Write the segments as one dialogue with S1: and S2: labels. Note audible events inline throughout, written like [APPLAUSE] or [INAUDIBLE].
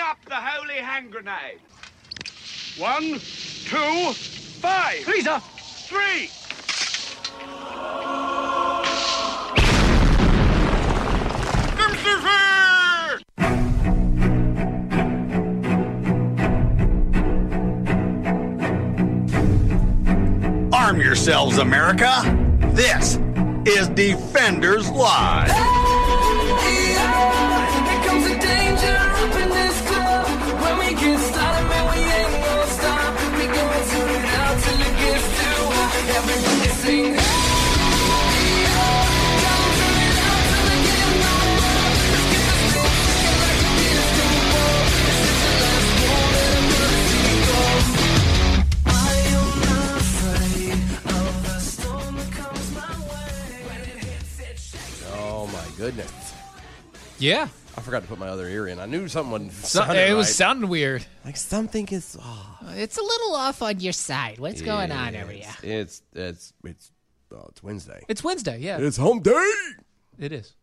S1: up the holy hand grenade. One, two, five. Please, up. Three.
S2: Arm yourselves, America. This is Defenders Live.
S3: Here comes the danger up in this club. When we get started, man, we ain't gonna stop. We gonna turn it out till it gets too hot. Everybody sing. I am not afraid of the storm that comes my way. When it hits, it shakes.
S4: Oh my goodness!
S5: Yeah.
S4: I forgot to put my other ear in. I knew someone.
S5: So-
S4: Sounded
S5: it was
S4: right.
S5: sounding weird.
S4: like something is. Oh,
S5: It's a little off on your side. What's going on over here?
S4: it's, it's it's it's oh, it's Wednesday.
S5: It's Wednesday. Yeah,
S4: It's hump day.
S5: it is.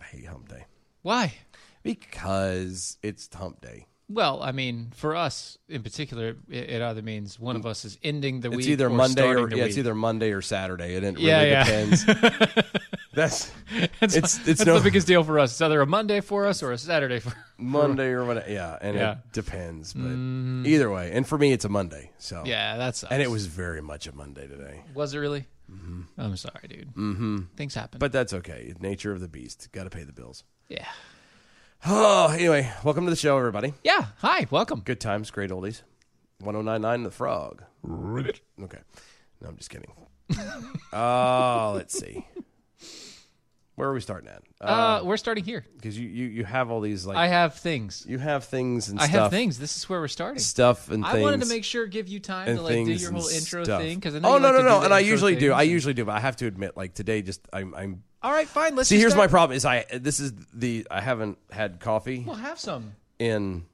S4: I hate hump day
S5: Why?
S4: because it's hump day.
S5: Well, I mean, for us in particular, it, it either means one of us is ending the week.
S4: It's either
S5: or
S4: Monday
S5: starting
S4: or
S5: the
S4: yeah, it's
S5: week.
S4: either Monday or Saturday, and it
S5: Yeah,
S4: really
S5: yeah.
S4: depends.
S5: [LAUGHS]
S4: That's
S5: That's,
S4: it's- it's
S5: that's
S4: no-
S5: the biggest deal for us. It's either a Monday for us or a Saturday for.
S4: Monday or whatever. Yeah, and
S5: Yeah. Mm-hmm.
S4: it depends. But either way, and for me, it's a Monday. So
S5: Yeah, that's
S4: and it was very much a Monday today.
S5: was it really? I'm sorry, dude. Mm-hmm. Things happen.
S4: But that's okay. Nature of the beast. Got to pay the bills.
S5: yeah,
S4: Oh, anyway, welcome to the show, everybody.
S5: yeah. Hi, welcome.
S4: Good times, great oldies. 1099 The Frog. Okay. No, I'm just kidding. [LAUGHS] uh, let's see. Where are we starting at?
S5: Uh, we're starting here.
S4: Because you, you, you have all these, like,
S5: I have things.
S4: you have things and
S5: I
S4: stuff.
S5: have things. This is where we're starting.
S4: Stuff and things.
S5: I wanted to make sure give you time
S4: and
S5: to like do
S4: things
S5: your
S4: and
S5: whole intro
S4: stuff.
S5: thing because I know
S4: oh
S5: you
S4: no
S5: like
S4: no
S5: to do
S4: no
S5: the
S4: and I
S5: intro
S4: usually do
S5: things
S4: I
S5: and-
S4: usually do but I have to admit like today just I'm I'm
S5: all right fine let's
S4: see
S5: just
S4: here's my
S5: start.
S4: problem is I this is the I haven't had coffee
S5: Well, have some
S4: in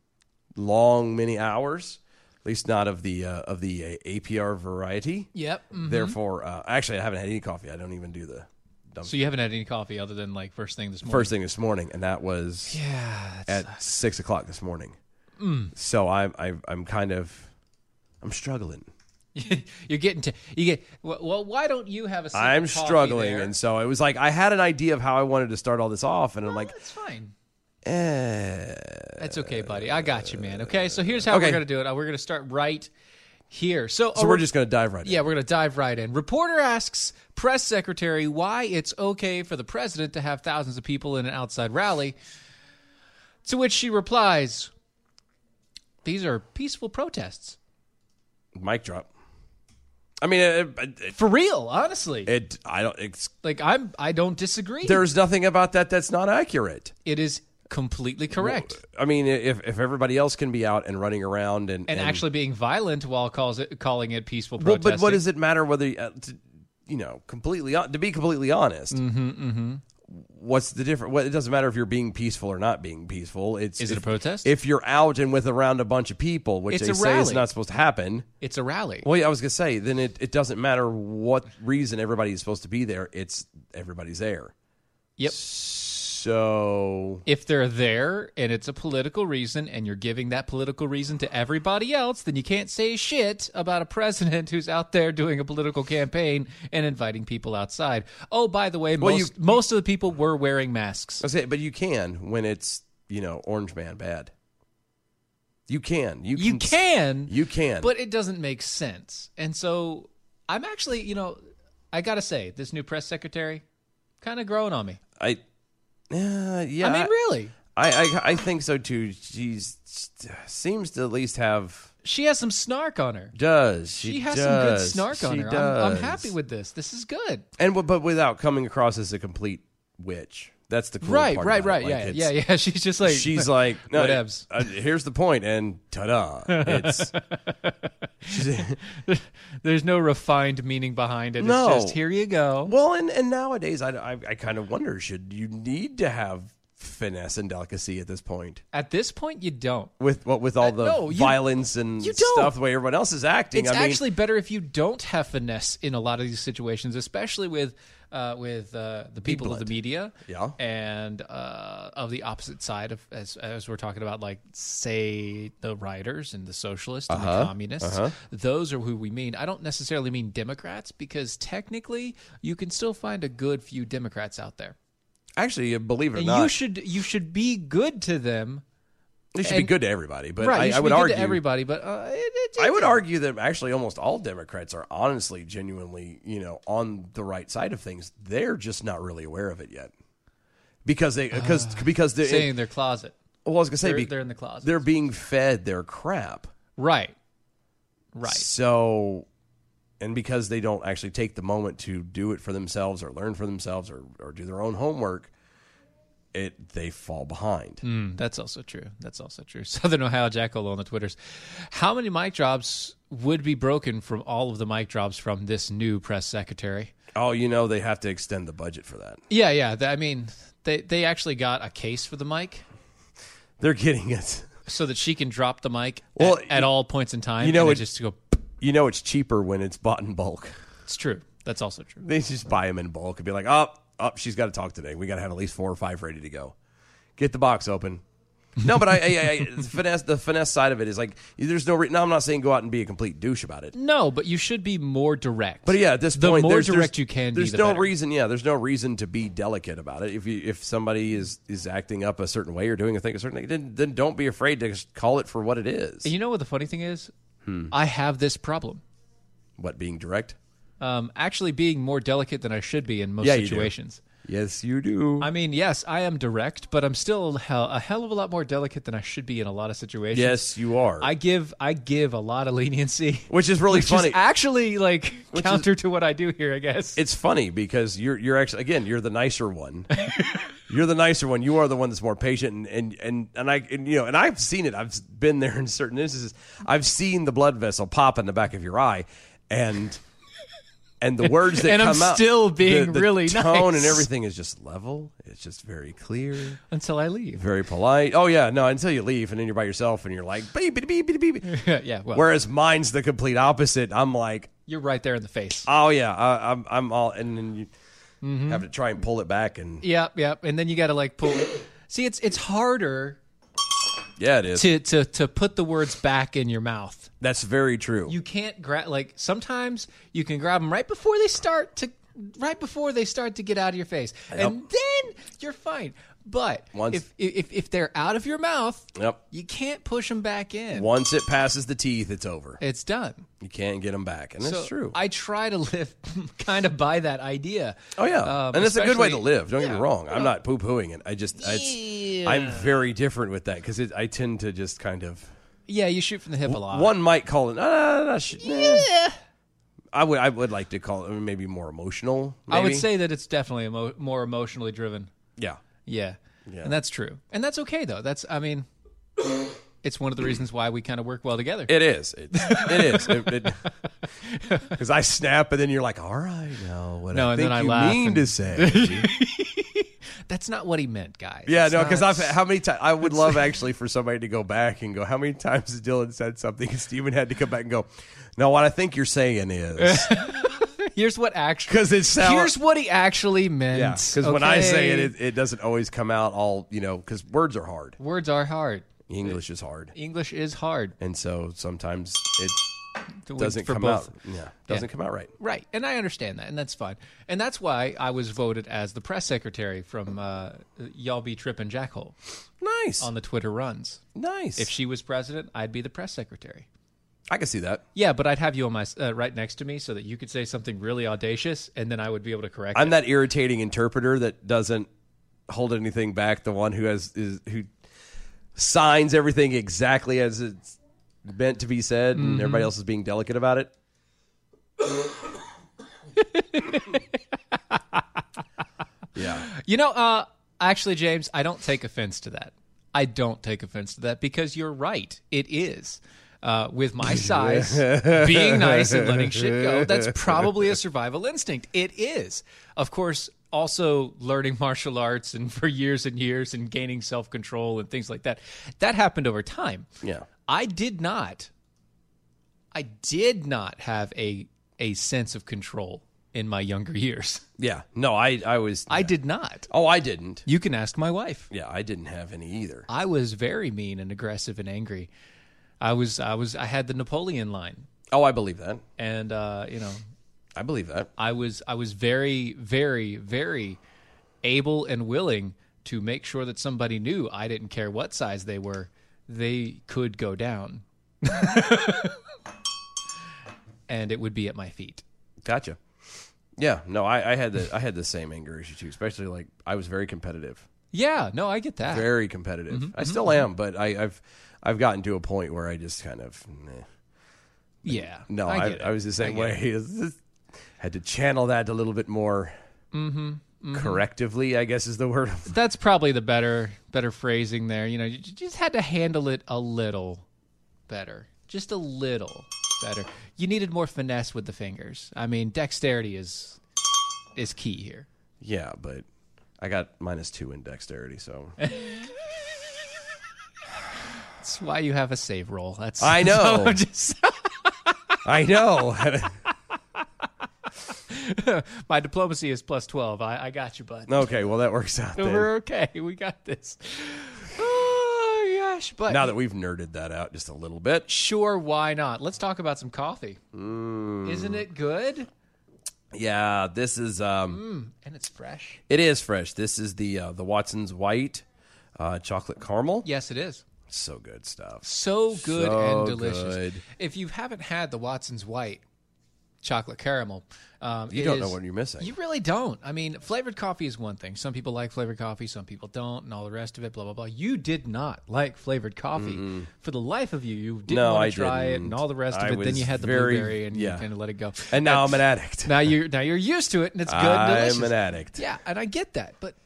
S4: long many hours at least not of the uh, of the uh, APR variety
S5: yep mhm.
S4: therefore uh, actually I haven't had any coffee I don't even do the
S5: so you haven't had any coffee other than like first thing this morning
S4: Um, first thing this morning and that was
S5: yeah that's-
S4: at six o'clock this morning
S5: Mm.
S4: so I'm I, I'm kind of I'm struggling
S5: [LAUGHS] you're getting to you get well, well why don't you have a sip of
S4: I'm
S5: coffee
S4: struggling,
S5: there?
S4: and so it was like I had an idea of how I wanted to start all this off, and I'm
S5: Well,
S4: like,
S5: that's Oh, fine
S4: eh.
S5: that's okay buddy I got you man okay so here's how
S4: okay.
S5: we're gonna do it Uh, we're gonna start right here so
S4: so we're just gonna dive right
S5: Oh, yeah
S4: in.
S5: we're gonna dive right in reporter asks press secretary why it's okay for the president to have thousands of people in an outside rally to which she replies these are peaceful protests
S4: mic drop. I mean, it, it,
S5: for real honestly
S4: it- I don't. It's,
S5: like i'm i don't disagree
S4: there's nothing about that that's not accurate.
S5: it is completely correct
S4: I mean, if if everybody else can be out and running around and
S5: and, actually being violent while calls it calling it peaceful
S4: well,
S5: protesting.
S4: but what does it matter whether uh, to, you know completely hon- to be completely honest?
S5: Mm-hmm,
S4: What's the difference? What, it doesn't matter if you're being peaceful or not being peaceful. It's
S5: Is it a
S4: if-
S5: protest?
S4: If you're out and with around a bunch of people, which
S5: It's
S4: they
S5: a
S4: say is
S5: rally.
S4: not supposed to happen.
S5: It's a rally.
S4: Well, yeah, I was gonna say then it, it doesn't matter what reason everybody is supposed to be there. It's everybody's there.
S5: Yep.
S4: So
S5: if they're there and it's a political reason and you're giving that political reason to everybody else, then you can't say shit about a president [LAUGHS] who's out there doing a political campaign and inviting people outside. Oh, by the way,
S4: Well, you-
S5: most, most of the people were wearing masks.
S4: I say, but you can when it's you know Orange Man bad. You can. You can.
S5: You can.
S4: You can.
S5: But it doesn't make sense. And so I'm actually, you know, I got to say, this new press secretary kind of growing on me.
S4: I. Uh, yeah.
S5: I mean, really.
S4: I, I I think so too. She's seems to at least have
S5: She has some snark on her.
S4: does she,
S5: She has
S4: does.
S5: some good snark on
S4: She
S5: her. I'm, I'm
S4: does.
S5: happy with this. This is good.
S4: and w- but without coming across as a complete witch. That's the cool
S5: right,
S4: part
S5: right,
S4: about it.
S5: right.
S4: Like,
S5: yeah,
S4: it's-
S5: yeah, yeah. [LAUGHS] She's just like
S4: She's
S5: [LAUGHS]
S4: like, no,
S5: Whatevs.
S4: uh, here's the point, and ta-da!
S5: [LAUGHS]
S4: It's she's-
S5: There's no refined meaning behind it.
S4: No.
S5: It's just here you go.
S4: well, and and nowadays, I I, I kind of wonder should you need to have finesse and delicacy at this point
S5: At this point, you don't.
S4: with what with all the
S5: Uh, no, you-
S4: violence and
S5: you don't.
S4: stuff the way everyone else is acting.
S5: It's
S4: I mean,
S5: actually better if you don't have finesse in a lot of these situations, especially with uh, with uh, the people of the media,
S4: Yeah.
S5: and uh, of the opposite side of as as we're talking about, like say the writers and the socialists and
S4: Uh-huh.
S5: the communists. Those are who we mean. I don't necessarily mean Democrats because technically you can still find a good few Democrats out there,
S4: Actually, believe it or
S5: and
S4: not,
S5: you should you should be good to them.
S4: it should be
S5: and-
S4: good to everybody. But
S5: Right,
S4: I,
S5: you should
S4: I would
S5: be good
S4: argue
S5: to everybody, but uh, it, it,
S4: I would argue that actually almost all Democrats are honestly, genuinely, you know, on the right side of things. They're just not really aware of it yet. Because they, because because they,
S5: saying their closet.
S4: well, I was gonna say
S5: Ah, they're-
S4: be-
S5: they're in the closet.
S4: They're being fed their crap.
S5: Right. Right.
S4: So, and because they don't actually take the moment to do it for themselves or learn for themselves or, or do their own homework, it they fall behind.
S5: Mm, that's also true. That's also true. [LAUGHS] Southern Ohio Jackal on the Twitters. How many mic drops would be broken from all of the mic drops from this new press secretary?
S4: Oh, you know they have to extend the budget for that.
S5: Yeah, yeah. th- I mean, they, they actually got a case for the mic
S4: They're getting [LAUGHS] it.
S5: so that she can drop the mic
S4: Well,
S5: at, at all points in time.
S4: you know
S5: and it
S4: it-
S5: just go.
S4: You know it's cheaper when it's bought in bulk. [LAUGHS]
S5: It's true. That's also true.
S4: They just buy them in bulk and be like, "Up, oh, up, she's got to talk today. We got to have at least four or five ready to go. Get the box open." No, but I, I, I the [LAUGHS] finesse. The finesse side of it is like, there's no. Re- no, I'm not saying go out and be a complete douche about it.
S5: No, but you should be more direct.
S4: But yeah, at this
S5: the
S4: point,
S5: more
S4: there's, there's-
S5: direct you can
S4: There's
S5: be, the
S4: no
S5: better.
S4: reason. Yeah, there's no reason to be delicate about it. If you if somebody is is acting up a certain way or doing a thing a certain thing, then then don't be afraid to just call it for what it is.
S5: You know what the funny thing is?
S4: Hmm.
S5: I have this problem.
S4: what being direct?
S5: Um, actually, being more delicate than I should be in most
S4: Yeah, you do.
S5: situations.
S4: Yes, you do.
S5: I mean, yes, I am direct, but I'm still hell, a hell of a lot more delicate than I should be in a lot of situations.
S4: yes, you are.
S5: I give I give a lot of leniency, [LAUGHS]
S4: which is really
S5: which
S4: funny.
S5: is actually like
S4: Which is-
S5: counter to what I do here, I guess.
S4: it's funny because you're you're actually again you're the nicer
S5: [LAUGHS]
S4: one. you're the nicer one. You are the one that's more patient and and and, and I and, you know and I've seen it. I've been there in certain instances. I've seen the blood vessel pop in the back of your eye, and and the words that
S5: [LAUGHS] And
S4: come
S5: I'm
S4: out.
S5: still being
S4: the, the
S5: really
S4: tone
S5: nice.
S4: and everything is just level. It's just very clear,
S5: until I leave. [LAUGHS]
S4: very polite. Oh yeah, no, until you leave and then you're by yourself and you're like beep beep beep beep
S5: [LAUGHS]
S4: beep.
S5: yeah, well,
S4: Whereas mine's the complete opposite. I'm like
S5: you're right there in the face.
S4: oh yeah, I, I'm I'm all, and then you
S5: Mm-hmm.
S4: have to try and pull it back, and
S5: Yep, yep. And then you got to like pull. See, it's it's harder
S4: yeah, it is.
S5: to to to put the words back in your mouth.
S4: That's very true.
S5: you can't grab like sometimes you can grab them right before they start to right before they start to get out of your face and then you're fine but
S4: Once-
S5: if, if if they're out of your mouth
S4: yep.
S5: you can't push them back in
S4: Once it passes the teeth, it's over.
S5: it's done
S4: You can't get them back, and that's
S5: So
S4: true.
S5: i try to [LAUGHS] live kind of by that idea
S4: oh yeah,
S5: Um,
S4: and it's a good way to
S5: especially-
S4: live. Don't get me wrong. I'm not poo pooing it. I just it's, I'm very different with that because I tend to just kind of
S5: yeah you shoot from the hip a lot Eh,
S4: one might call it. Ah, nah, sh- yeah. I would I would like to call it maybe more emotional.
S5: i would
S4: maybe.
S5: say that it's definitely emo- more emotionally driven
S4: yeah.
S5: Yeah. And that's true. And that's okay though. That's I mean it's one of the reasons why we kind of work well together.
S4: It is. It, it is. [LAUGHS] Because I snap, and then you're like, "All right, now what
S5: No,
S4: I
S5: and
S4: think
S5: then I
S4: you
S5: laugh
S4: mean
S5: and- [LAUGHS]
S4: to say."
S5: [LAUGHS] that's not what he meant, guys.
S4: yeah,
S5: It's
S4: no, because
S5: not-
S4: I've how many times I would
S5: [LAUGHS]
S4: love actually for somebody to go back and go, "How many times has Dylan said something?" And Steven had to come back and go, "No, what I think you're saying
S5: [LAUGHS]
S4: is
S5: Here's what
S4: [LAUGHS]
S5: actually
S4: because it sounds."
S5: Here's what he actually meant.
S4: yeah, because when I say it,
S5: okay?
S4: it, it doesn't always come out all you know. Because words are hard.
S5: words are hard.
S4: English is hard,
S5: English is hard.
S4: and so sometimes it
S5: The word
S4: doesn't
S5: for
S4: come
S5: both.
S4: out. Yeah, doesn't come out right.
S5: Right. And I understand that, and that's fine. And that's why I was voted as the press secretary from uh, Y'all Be Trippin' Jackhole
S4: Nice,
S5: on the Twitter runs.
S4: nice.
S5: If she was president, I'd be the press secretary.
S4: I can see that.
S5: Yeah, but I'd have you on my uh, right next to me so that you could say something really audacious, and then I would be able to correct.
S4: I'm
S5: it.
S4: that irritating interpreter that doesn't hold anything back. The one who has is who signs everything exactly as it's meant to be said, and
S5: Mm-hmm.
S4: everybody else is being delicate about
S5: [LAUGHS]
S4: it. yeah,
S5: You know, uh, actually, James, I don't take offense to that. I don't take offense to that because you're right. It is. Uh, with my size, being nice and letting shit go, that's probably a survival instinct. It is. Of course, also learning [LAUGHS] martial arts and for years and years and gaining self control and things like that. That happened over time.
S4: yeah.
S5: I did not. I did not have a a sense of control in my younger years.
S4: Yeah. No, I I was.
S5: I did not.
S4: oh, I didn't.
S5: You can ask my wife.
S4: Yeah, I didn't have any either.
S5: I was very mean and aggressive and angry. I was I was I had the Napoleon line
S4: Oh, I believe that.
S5: and uh, you know,
S4: I believe that.
S5: I was I was very very very able and willing to make sure that somebody knew I didn't care what size they were. They could
S4: [LAUGHS]
S5: go down. and it would be at my feet.
S4: Gotcha. Yeah. No, I, I had the I had the same anger issue too. Especially like I was very competitive.
S5: Yeah, no, I get that.
S4: very competitive.
S5: Mm-hmm.
S4: I still am, but I, I've I've gotten to a point where I just kind of meh.
S5: yeah.
S4: no. I, I,
S5: get it.
S4: was the same way. [LAUGHS] It's just- had to channel that a little bit more
S5: Mm-hmm.
S4: correctively. I guess is the word. [LAUGHS]
S5: That's probably the better better phrasing there. You know, you j- just had to handle it a little better. Just a little better. You needed more finesse with the fingers. I mean, dexterity is is key here.
S4: yeah, but I got minus two in dexterity, so
S5: That's why you have a save roll. That's
S4: I know.
S5: [LAUGHS] So I'm just-
S4: I know. [LAUGHS]
S5: my diplomacy is plus twelve. I, I got you, bud.
S4: okay, well that works out.
S5: So
S4: Then.
S5: we're okay. [LAUGHS] We got this. Oh gosh, but
S4: Now that we've nerded that out just a little bit,
S5: sure, why not? Let's talk about some coffee.
S4: Mm.
S5: Isn't it good?
S4: yeah, this is um.
S5: And it's fresh.
S4: It is fresh. This is the uh, the Watson's White uh, chocolate caramel.
S5: Yes, it is.
S4: So good stuff.
S5: so good
S4: So
S5: and delicious.
S4: good.
S5: If you haven't had the Watson's White chocolate caramel, um,
S4: You
S5: it
S4: don't know
S5: is-
S4: what you're missing.
S5: You really don't. I mean, flavored coffee is one thing. Some people like flavored coffee, some people don't, and all the rest of it. Blah blah blah. You did not like flavored coffee for the life of you. You didn't
S4: No,
S5: want
S4: I
S5: to try it,
S4: didn't.
S5: and all the rest of
S4: I
S5: it. Then
S4: was
S5: you had the
S4: very-
S5: blueberry, and
S4: yeah.
S5: you kind of let it go.
S4: And now I'm an
S5: That's-
S4: addict.
S5: Now you're now you're used to it, and it's good. and
S4: I'm
S5: delicious.
S4: an addict.
S5: Yeah, and I get that, but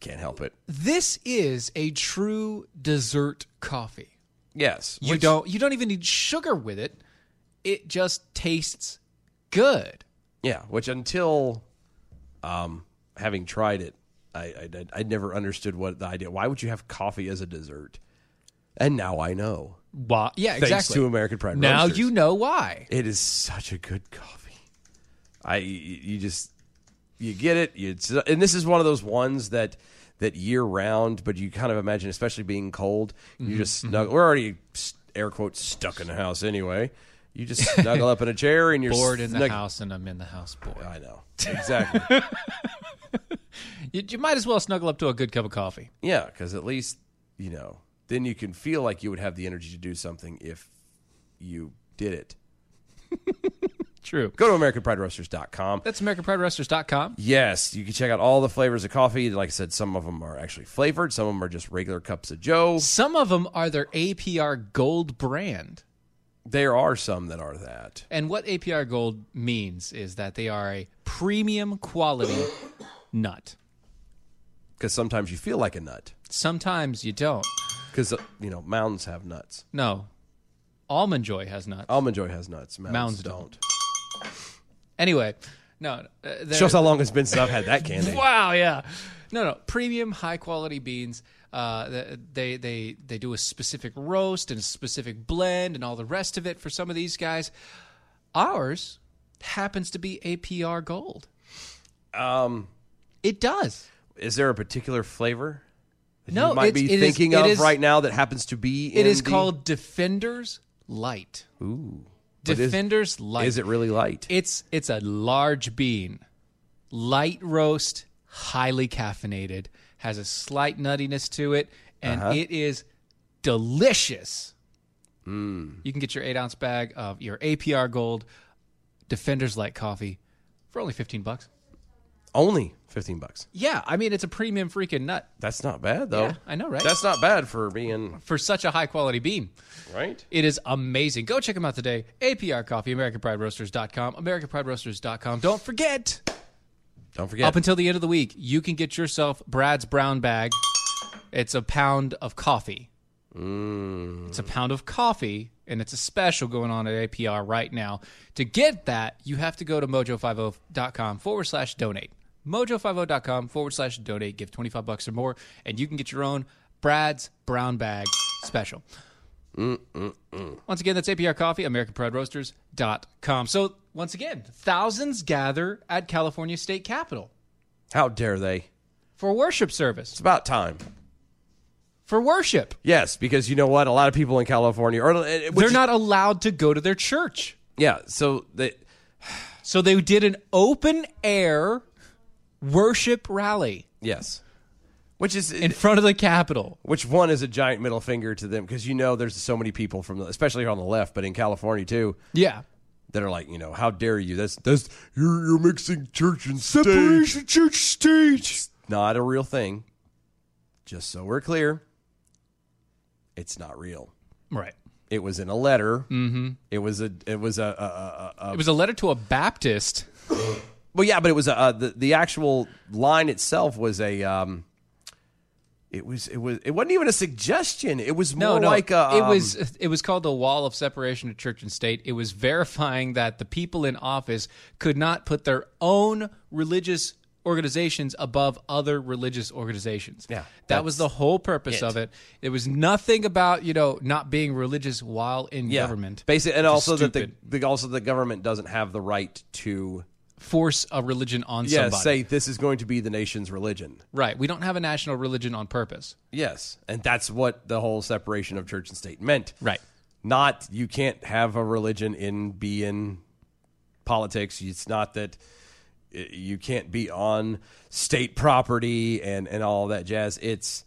S4: Can't help it.
S5: this is a true dessert coffee.
S4: Yes.
S5: You
S4: which-
S5: don't you don't even need sugar with it. It just tastes good.
S4: Yeah. Which until, um, having tried it, I I, I- I never understood what the idea. Why would you have coffee as a dessert? And now I know.
S5: Why? Yeah, exactly.
S4: Thanks to American Pride.
S5: now
S4: Roasters.
S5: you know why.
S4: It is such a good coffee. I y- you just you get it. You, it's- and this is one of those ones that that year round, but you kind of imagine, especially being cold,
S5: Mm-hmm,
S4: you just snuggle. We're already s- air quotes stuck in the house anyway. You just snuggle up in a chair and you're
S5: Bored in the
S4: snug-
S5: house, and I'm in the house bored.
S4: I know exactly.
S5: [LAUGHS] You, you might as well snuggle up to a good cup of coffee.
S4: yeah, because at least you know then you can feel like you would have the energy to do something if you did it.
S5: True.
S4: Go to AmericanPrideRoasters.com.
S5: That's AmericanPrideRoasters.com.
S4: Yes, you can check out all the flavors of coffee. Like I said, some of them are actually flavored, some of them are just regular cups of Joe.
S5: Some of them are their APR Gold brand.
S4: There are some that are that.
S5: And what APR Gold means is that they are a
S4: [COUGHS]
S5: premium quality nut.
S4: Because sometimes you feel like a nut.
S5: Sometimes you don't.
S4: Because, you know, mountains have nuts.
S5: No. Almond Joy has nuts.
S4: Almond Joy has nuts. Mountains,
S5: Mounds
S4: don't.
S5: Anyway, no. Uh, they're-
S4: Shows how long it's been since I've had that [LAUGHS] candy.
S5: Wow, yeah. No, no, premium high quality beans. Uh, th- they they they do a specific roast and a specific blend and all the rest of it for some of these guys. Ours happens to be APR Gold.
S4: Um,
S5: It does.
S4: is there a particular flavor that
S5: No,
S4: you might
S5: it's-
S4: be
S5: it is-
S4: thinking
S5: it
S4: of
S5: is-
S4: right now that happens to be
S5: It
S4: in
S5: is
S4: the-
S5: called Defenders Light.
S4: Ooh. But is-
S5: Defenders Light.
S4: Is it really light?
S5: It's it's a large bean, light roast, highly caffeinated, has a slight nuttiness to it, and it is delicious. You can get your eight ounce bag of your APR Gold Defenders Light coffee for only fifteen bucks.
S4: Only 15 bucks.
S5: Yeah, I mean it's a premium freaking nut
S4: That's not bad, though.
S5: Yeah, I know, right?
S4: That's not bad for being,
S5: for such a high quality bean.
S4: right?
S5: It is amazing. Go check them out today. APR Coffee, AmericanPrideRoasters.com, AmericanPrideRoasters.com. Don't forget.
S4: Don't forget.
S5: Up until the end of the week, you can get yourself Brad's brown bag. It's a pound of coffee. It's a pound of coffee, and it's a special going on at APR right now. To get that, you have to go to mojo50.com forward slash donate. Mojo50.com forward slash donate. Give 25 bucks or more, and you can get your own Brad's brown bag special. Once again, that's APR Coffee, AmericanPrideRoasters.com. So, once again, thousands gather at California State Capitol
S4: How dare they?
S5: for worship service.
S4: It's about time.
S5: For worship.
S4: Yes, because you know what? A lot of people in California are. They're
S5: They're not allowed to go to their church.
S4: Yeah, so they.
S5: So, they did an open air worship rally
S4: Yes. Which is
S5: in front of the Capitol.
S4: which one is a giant middle finger to them because you know there's so many people from the, especially here on the left, but in California too,
S5: Yeah.
S4: that are like you know how dare you? That's that's you're, you're mixing church and state.
S5: church stage.
S4: Not a real thing. Just so we're clear, it's not real.
S5: Right.
S4: It was in a letter. Mm-hmm. It was a it was a, a, a, a
S5: It was a letter to a Baptist.
S4: Well, yeah, but it was a, uh, the the actual line itself was a. Um, it was it was it wasn't even a suggestion. It was more
S5: No, no.
S4: like a.
S5: it
S4: um,
S5: was it was called the wall of separation of church and state. It was verifying that the people in office could not put their own religious organizations above other religious organizations.
S4: Yeah,
S5: That was the whole purpose of it. It was nothing about, you know, not being religious while in
S4: yeah,
S5: government.
S4: basically, and
S5: Which is
S4: also that the,
S5: stupid.
S4: the also the government doesn't have the right to
S5: force a religion on
S4: yeah
S5: somebody.
S4: say this is going to be the nation's religion.
S5: right. We don't have a national religion on purpose.
S4: Yes, and that's what the whole separation of church and state meant.
S5: Right.
S4: Not you can't have a religion in be in politics. It's not that i- you can't be on state property and and all that jazz. It's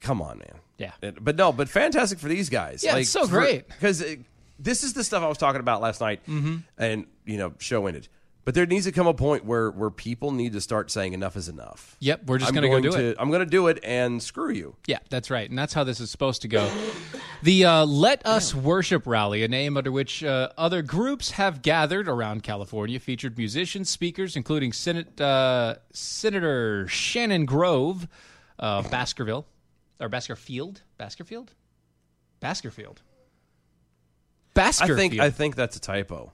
S4: come on, man.
S5: Yeah.
S4: It- but no, but fantastic for these guys.
S5: Yeah, it's so great. Mm-hmm.
S4: because this is the stuff I was talking about last night, and you know, show ended. But there needs to come a point where where people need to start saying enough is enough.
S5: Yep, we're just
S4: I'm
S5: gonna go
S4: going
S5: do it.
S4: to- I'm going to do it and screw you.
S5: Yeah, that's right. And that's how this is supposed to go. The uh, Let Us Worship Rally, a name under which uh, other groups have gathered around California, featured musicians, speakers, including Senate, uh, Senator Shannon Grove, uh, Baskerville, or Baskerfield? Baskerfield? Baskerfield.
S4: I
S5: Baskerfield.
S4: think I think that's a typo.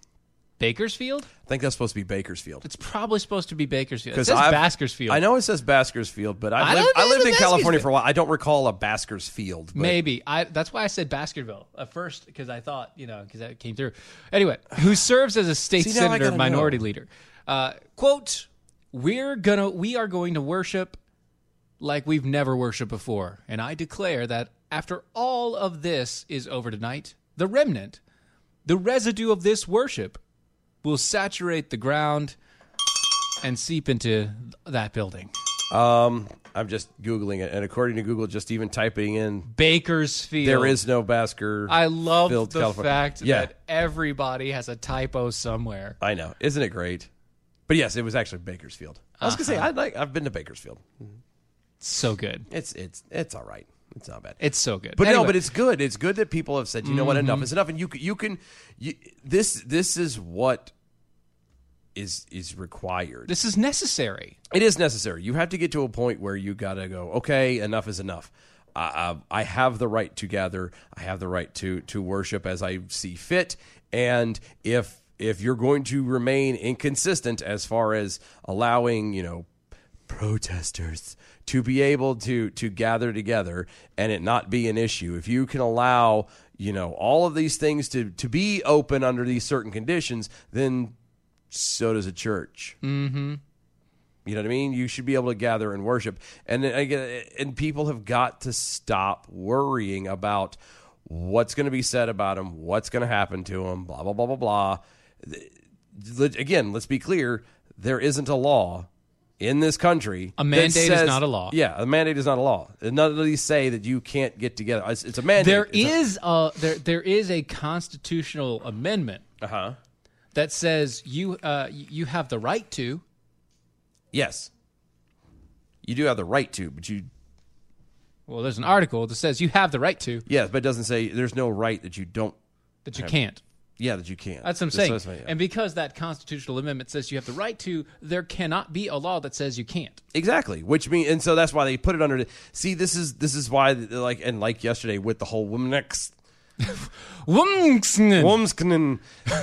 S5: Bakersfield?
S4: I think that's supposed to be Bakersfield.
S5: It's probably supposed to be Bakersfield. It
S4: Because
S5: says
S4: I've-
S5: Baskersfield.
S4: I know it says Baskersfield, but
S5: I
S4: I
S5: don't
S4: lived, I
S5: think
S4: lived
S5: it's
S4: in
S5: a
S4: California
S5: Baskersfield.
S4: for a while. I don't recall a Baskersfield. But
S5: Maybe I. That's why I said Baskerville at first because I thought you know because that came through. Anyway, who serves as a state
S4: See, now I
S5: senator
S4: gotta
S5: minority
S4: know.
S5: leader? Uh, quote: We're gonna we are going to worship like we've never worshipped before, and I declare that after all of this is over tonight, the remnant, the residue of this worship, will saturate the ground and seep into that building.
S4: I'm just googling it, and according to Google, just even typing in,
S5: Bakersfield.
S4: there is no Basker.
S5: I love
S4: Built
S5: the
S4: California.
S5: fact
S4: Yeah.
S5: that everybody has a typo somewhere.
S4: I know, isn't it great? But yes, it was actually Bakersfield. I was gonna
S5: Uh-huh.
S4: say I like. I've been to Bakersfield.
S5: It's so good.
S4: It's it's it's all right. It's not bad.
S5: It's so good.
S4: But no,
S5: Anyway,
S4: but it's good. It's good that people have said, you know what, enough is enough, and you c- you can you, this this is what is is required.
S5: this is necessary.
S4: it is necessary. You have to get to a point where you gotta go. Okay, enough is enough. I, I, I have the right to gather. I have the right to to worship as I see fit. And if if you're going to remain inconsistent as far as allowing, you know, protesters to be able to to gather together and it not be an issue if you can allow you know all of these things to to be open under these certain conditions then so does a church mm-hmm you know what i mean you should be able to gather and worship and then again and people have got to stop worrying about what's going to be said about them what's going to happen to them blah blah blah blah blah Th- again let's be clear there isn't a law in this country.
S5: A
S4: that
S5: mandate is not a law.
S4: Yeah, a mandate is not a law. None of these say that you can't get together. It's, it's a mandate.
S5: There
S4: It's a-
S5: is a, there there is a constitutional amendment
S4: uh-huh.
S5: that says you uh, you have the right to.
S4: Yes. You do have the right to, but you
S5: Well, there's an article that says you have the right to
S4: yes, but it doesn't say there's no right that you don't.
S5: that you can't.
S4: Yeah, that you can't.
S5: That's what I'm
S4: This
S5: saying.
S4: is- yeah.
S5: And because that constitutional amendment says you have the right to, there cannot be a law that says you can't.
S4: Exactly, which mean, and so that's why they put it under. The, see, this is this is why, like, and like yesterday with the whole women next Womsknen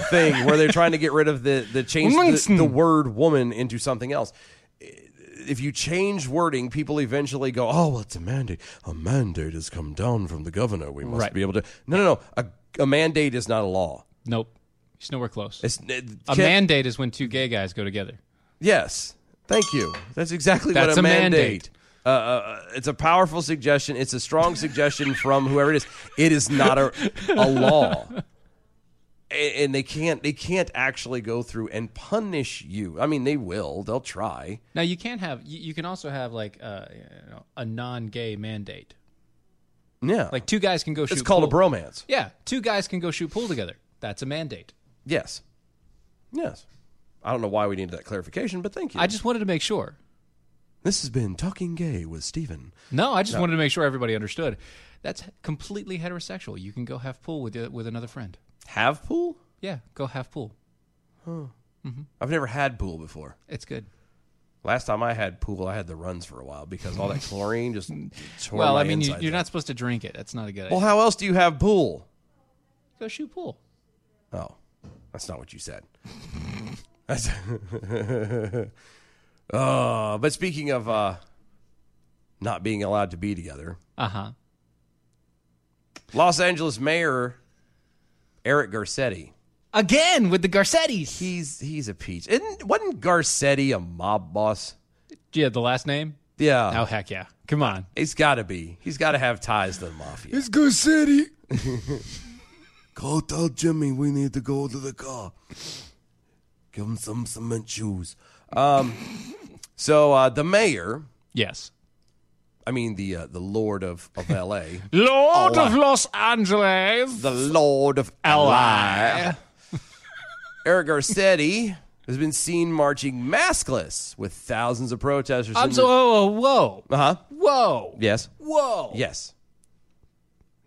S4: thing where they're trying to get rid of the the change the,
S5: Womsknen.
S4: the word woman into something else. if you change wording, people eventually go, "Oh, well, it's a mandate. A mandate has come down from the governor. We must
S5: Right.
S4: be able to." No, no, no. A, a mandate is not a law.
S5: Nope. He's nowhere close.
S4: It's it
S5: a
S4: can't-
S5: mandate is when two gay guys go together.
S4: Yes, thank you. That's exactly
S5: That's
S4: what a,
S5: a mandate.
S4: mandate. Uh, uh, it's a powerful suggestion. It's a strong suggestion from whoever it is. It is not a a law, A- and they can't they can't actually go through and punish you. I mean, they will. They'll try.
S5: Now you can have you, you can also have like uh, you know, a non-gay mandate.
S4: Yeah,
S5: Like two guys can go shoot.
S4: it's called
S5: pool.
S4: a bromance.
S5: Yeah, two guys can go shoot pool together. That's a mandate.
S4: Yes. Yes. I don't know why we needed that clarification, but thank you.
S5: I just wanted to make sure.
S4: this has been Talking Gay with Steven.
S5: No, I just wanted to make sure everybody understood. That's completely heterosexual. You can go have pool with uh, with another friend.
S4: Have pool?
S5: Yeah, go have pool.
S4: I've never had pool before.
S5: It's good.
S4: Last time I had pool, I had the runs for a while because all that chlorine
S5: [LAUGHS]
S4: just tore
S5: well,
S4: my
S5: I mean, you,
S4: insides
S5: you're
S4: out.
S5: not supposed to drink it. That's not a good
S4: Well,
S5: idea.
S4: how else do you have pool?
S5: Go shoot pool.
S4: Oh, that's not what you said. [LAUGHS] That's- [LAUGHS] Uh, but speaking of uh, not being allowed to be together,
S5: Uh
S4: Uh-huh.
S5: huh.
S4: Los Angeles Mayor Eric Garcetti.
S5: Again with the Garcettis.
S4: He's he's a peach. Isn't, wasn't Garcetti a mob boss?
S5: Yeah, the last name.
S4: Yeah,
S5: Oh heck yeah! Come on.
S4: he's got to be. He's got to have ties to the mafia. It's Garcetti. [LAUGHS] go tell Jimmy we need to go to the car. Give him some cement shoes. Um, so uh, the mayor,
S5: Yes.
S4: I mean the uh, the Lord of of
S5: [LAUGHS]
S4: L.A.
S5: Lord of Los Angeles.
S4: the Lord of Ally. Eric Garcetti has been seen marching maskless with thousands of protesters.
S5: I'm so whoa whoa
S4: uh huh.
S5: whoa
S4: Yes.
S5: whoa
S4: Yes.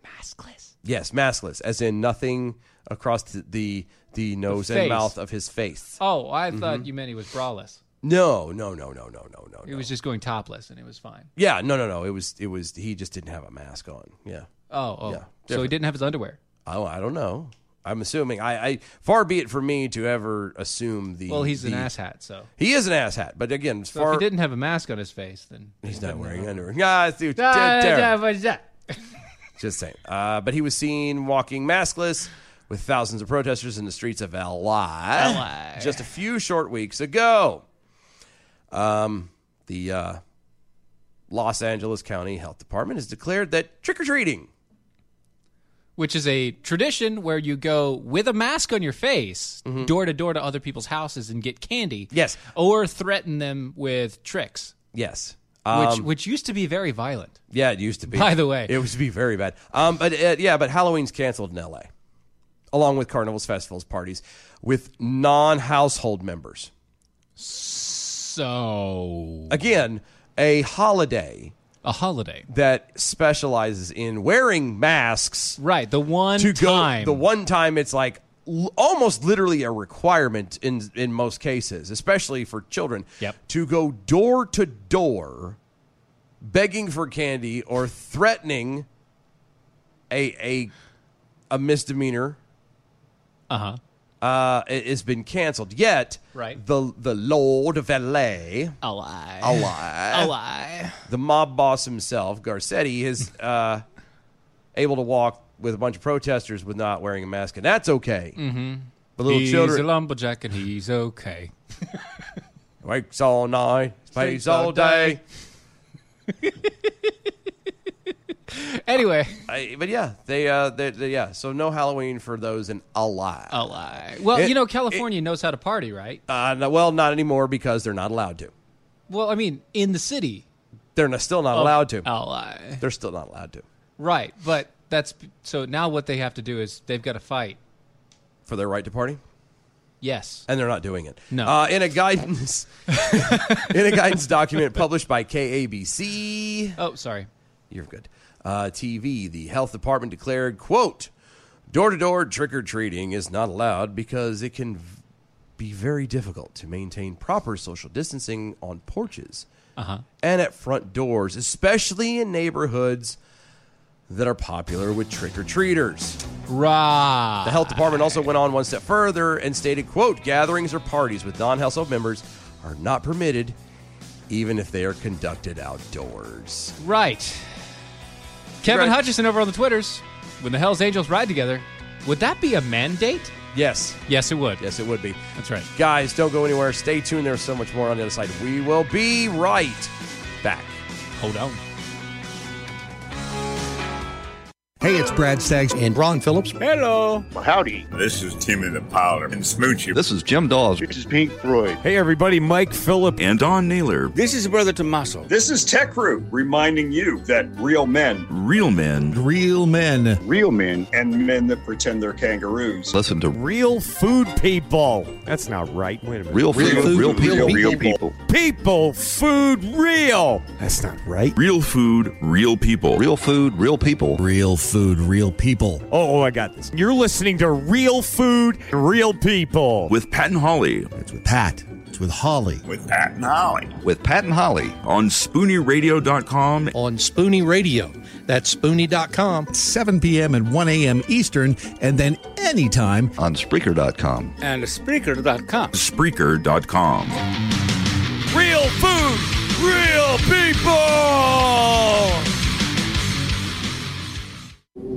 S5: maskless.
S4: Yes. Maskless, as in nothing across the the, the nose and
S5: face.
S4: mouth of his face.
S5: Oh, I
S4: Mm-hmm.
S5: thought you meant he was braless.
S4: No. No. No. No. No. No. No.
S5: He
S4: no.
S5: was just going topless, and it was fine.
S4: Yeah. No. No. No. It was. It was. He just didn't have a mask on. Yeah.
S5: Oh, oh. so he
S4: different.
S5: didn't have his underwear.
S4: Oh, I don't know. I'm assuming. I, I. Far be it for me to ever assume the.
S5: Well, he's an
S4: the-
S5: asshat, so.
S4: He is an asshat, but again,
S5: so
S4: far
S5: if he didn't have a mask on his face, then
S4: He's not wearing underwear. [LAUGHS] Yeah, I see what you did there.
S5: That's
S4: Just saying. Uh, but he was seen walking maskless with thousands of protesters in the streets of LA,
S5: LA.
S4: just a few short weeks ago. Um, the uh, Los Angeles County Health Department has declared that trick or treating.
S5: which is a tradition where you go with a mask on your face door to door to other people's houses and get candy.
S4: Mm-hmm. Yes.
S5: or threaten them with tricks,
S4: Yes.
S5: which
S4: Um,
S5: which used to be very violent.
S4: yeah, it used to be.
S5: By the way.
S4: it used to be very bad. Um, but uh, yeah, but Halloween's canceled in LA, along with carnivals, festivals, parties, with non-household members.
S5: So
S4: again a holiday
S5: a holiday,
S4: that specializes in wearing masks
S5: right? The one
S4: to go
S5: time
S4: the one time it's like l- almost literally a requirement in in most cases especially for children
S5: Yep.
S4: to go door to door begging for candy or threatening a a a misdemeanor
S5: Uh huh.
S4: uh it has been canceled yet
S5: Right.
S4: the the lord of LA
S5: A lie.
S4: alive
S5: A lie.
S4: the mob boss himself, Garcetti, is [LAUGHS] uh, able to walk with a bunch of protesters with not wearing a mask, and that's okay. Mm-hmm. The little
S5: He's a
S4: children
S5: lumberjack and he's okay.
S4: wakes all night,
S5: Sleeps
S4: plays
S5: all
S4: all day.
S5: Anyway,
S4: I- but yeah, they, uh, they, they- yeah. So no Halloween for those in alive.
S5: a lie. Well,
S4: It-
S5: you know California knows how to party, right?
S4: Uh, no, well, not anymore because they're not allowed to.
S5: Well, I mean, in the city,
S4: They're not, still
S5: Oh.
S4: not allowed to.
S5: a lie.
S4: They're still not allowed to
S5: Right, but that's so now what they have to do is they've got to fight.
S4: for their right to party.
S5: Yes.
S4: and they're not doing it.
S5: No.
S4: Uh, in a guidance, [LAUGHS] in a guidance document published by KABC,
S5: Oh, sorry.
S4: You're good. Uh, TV, the health department declared, quote, door-to-door trick-or-treating is not allowed because it can v- be very difficult to maintain proper social distancing on porches and at front doors, especially in neighborhoods that are popular with trick-or-treaters.
S5: Ra.
S4: The health department also went on one step further and stated, quote, gatherings or parties with non-household members are not permitted even if they are conducted outdoors.
S5: Right. Kevin
S4: Right.
S5: Hutchison over on the Twitters. When the Hell's Angels ride together, would that be a mandate?
S4: Yes,
S5: Yes, it would.
S4: yes, it would be.
S5: That's right.
S4: Guys, don't go anywhere. Stay tuned. There's so much more on the other side. We will be right back.
S5: Hold on.
S6: Hey, it's Brad Staggs and Ron Phillips.
S7: This is Timmy the Pilot and Smoochie.
S8: This is Jim Dawes
S9: Hey, everybody, Mike Phillip.
S8: and Don Naylor.
S7: This is Tech Crew reminding you that real men
S8: Real men
S6: Real men.
S7: and men that pretend they're kangaroos.
S8: listen to
S9: Real food people. That's not right. Wait a minute.
S8: real food, real,
S6: food,
S8: people,
S6: real
S8: people,
S9: people, food, real. That's not right.
S8: real food, real people, real food, real people.
S6: Real food, real people.
S9: Oh, oh, I got this. You're listening to real food, real people.
S8: With Pat and Holly,
S6: It's with Pat. It's with Holly.
S7: With Pat and Holly.
S8: with Pat and Holly on SpoonieRadio.com
S10: on Spoonie Radio. That's spoonie.com
S6: 7 p.m. and 1 a.m. Eastern, and then anytime.
S8: on Spreaker.com,
S10: and Spreaker.com.
S8: Spreaker.com.
S9: Real food, real people.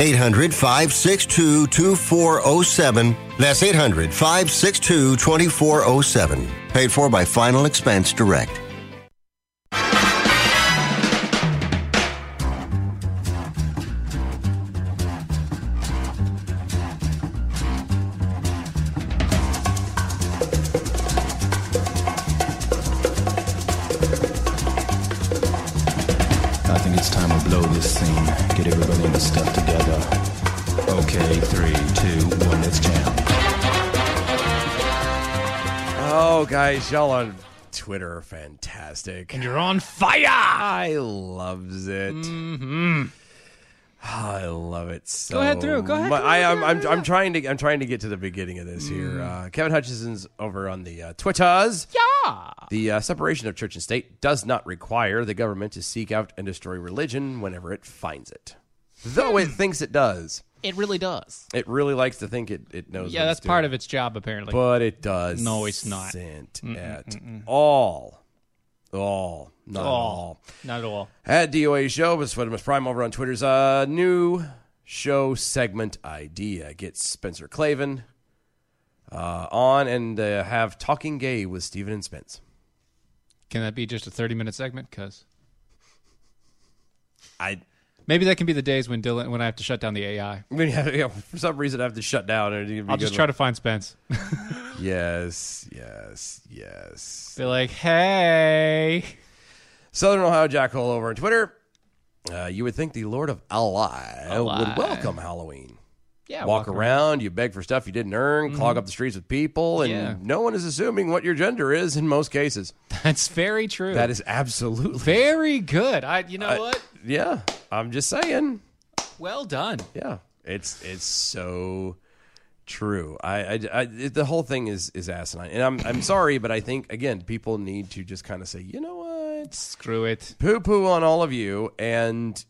S6: 800 562 2407. That's 800 562 2407. Paid for by Final Expense Direct.
S11: I think it's time we blow this scene. Get everybody in the stuff together. Okay, three, two, one, let's jam.
S4: Oh, guys, y'all on Twitter are fantastic.
S5: You're on fire.
S4: I loves it. I love it so.
S5: ahead through. Mm-hmm. Go ahead,
S4: mu-
S5: go
S4: I, I'm, I'm, I'm trying to I'm trying to get to the beginning of this here.
S5: Mm.
S4: Uh, Kevin Hutchison's over on the uh, Twitters.
S5: Yeah.
S4: The uh, separation of church and state does not require the government to seek out and destroy religion whenever it finds it, though
S5: Hmm.
S4: it thinks it does.
S5: It really does.
S4: It really likes to think it, it knows.
S5: Yeah, that's part of its job apparently.
S4: But it does.
S5: No, it's not.
S4: at all. All. Not all.
S5: Not at all.
S4: At DOA Show, Miss Footimus Prime over on Twitter's uh, new show segment idea. Get Spencer Clavin uh, on and uh, have Talking Gay with Steven and Spence.
S5: Can that be just a 30 minute segment? Because
S4: I
S5: maybe that can be the days when Dylan, when I have to shut down the AI.
S4: [LAUGHS] I'm gonna have, yeah, for some reason I have to shut down. and it'd be
S5: I'll
S4: good
S5: just
S4: one.
S5: try to find Spence. [LAUGHS]
S4: Yes, yes, yes.
S5: Be like, hey.
S4: Southern Ohio Jackhole over on Twitter. Uh, you would think the Lord of Allah would welcome Halloween.
S5: Yeah.
S4: walk, around, you beg for stuff you didn't earn, clog up the streets with people, and
S5: Mm-hmm. Yeah.
S4: no one is assuming what your gender is in most cases.
S5: That's very true.
S4: That is absolutely
S5: very good. I. You know what?
S4: Yeah, I'm just saying.
S5: Well done.
S4: Yeah, it's it's so true. I, I, I it, the whole thing is is asinine, and I'm I'm sorry, but I think again people need to just kind of say, you know what,
S5: Screw it.
S4: poo poo on all of you, and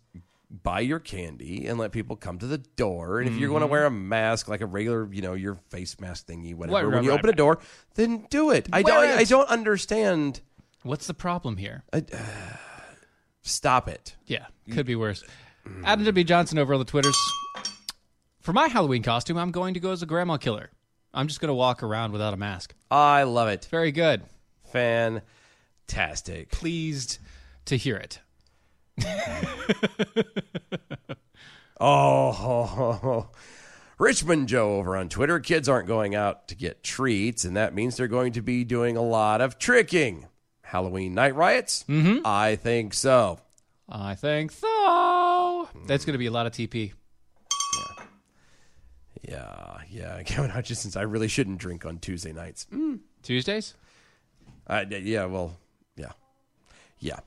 S4: buy your candy and let people come to the door. And if you're going to wear a mask, like a regular, you know, your face mask thingy, whatever,
S5: Mm-hmm. Right,
S4: when
S5: right,
S4: you
S5: right,
S4: open a door, then do it. I
S5: Wear
S4: don't.
S5: it.
S4: I don't understand.
S5: What's the problem here?
S4: Stop it.
S5: Yeah, could be worse. Adam W. Johnson over on the Twitters. For my Halloween costume, I'm going to go as a grandma killer. I'm just going to walk around without a mask.
S4: I love it.
S5: Very good.
S4: Fantastic.
S5: Pleased to hear it.
S4: Oh, [LAUGHS] Richmond Joe over on Twitter. Kids aren't going out to get treats, and that means they're going to be doing a lot of tricking. Halloween night riots? Mm-hmm. I think so.
S5: I think so. That's going to be a lot of TP.
S4: Yeah, yeah. [LAUGHS] Kevin Hutchinson, I really shouldn't drink on Tuesday nights. Mm.
S5: Tuesdays?
S4: Uh, d- yeah, well, yeah. Yeah.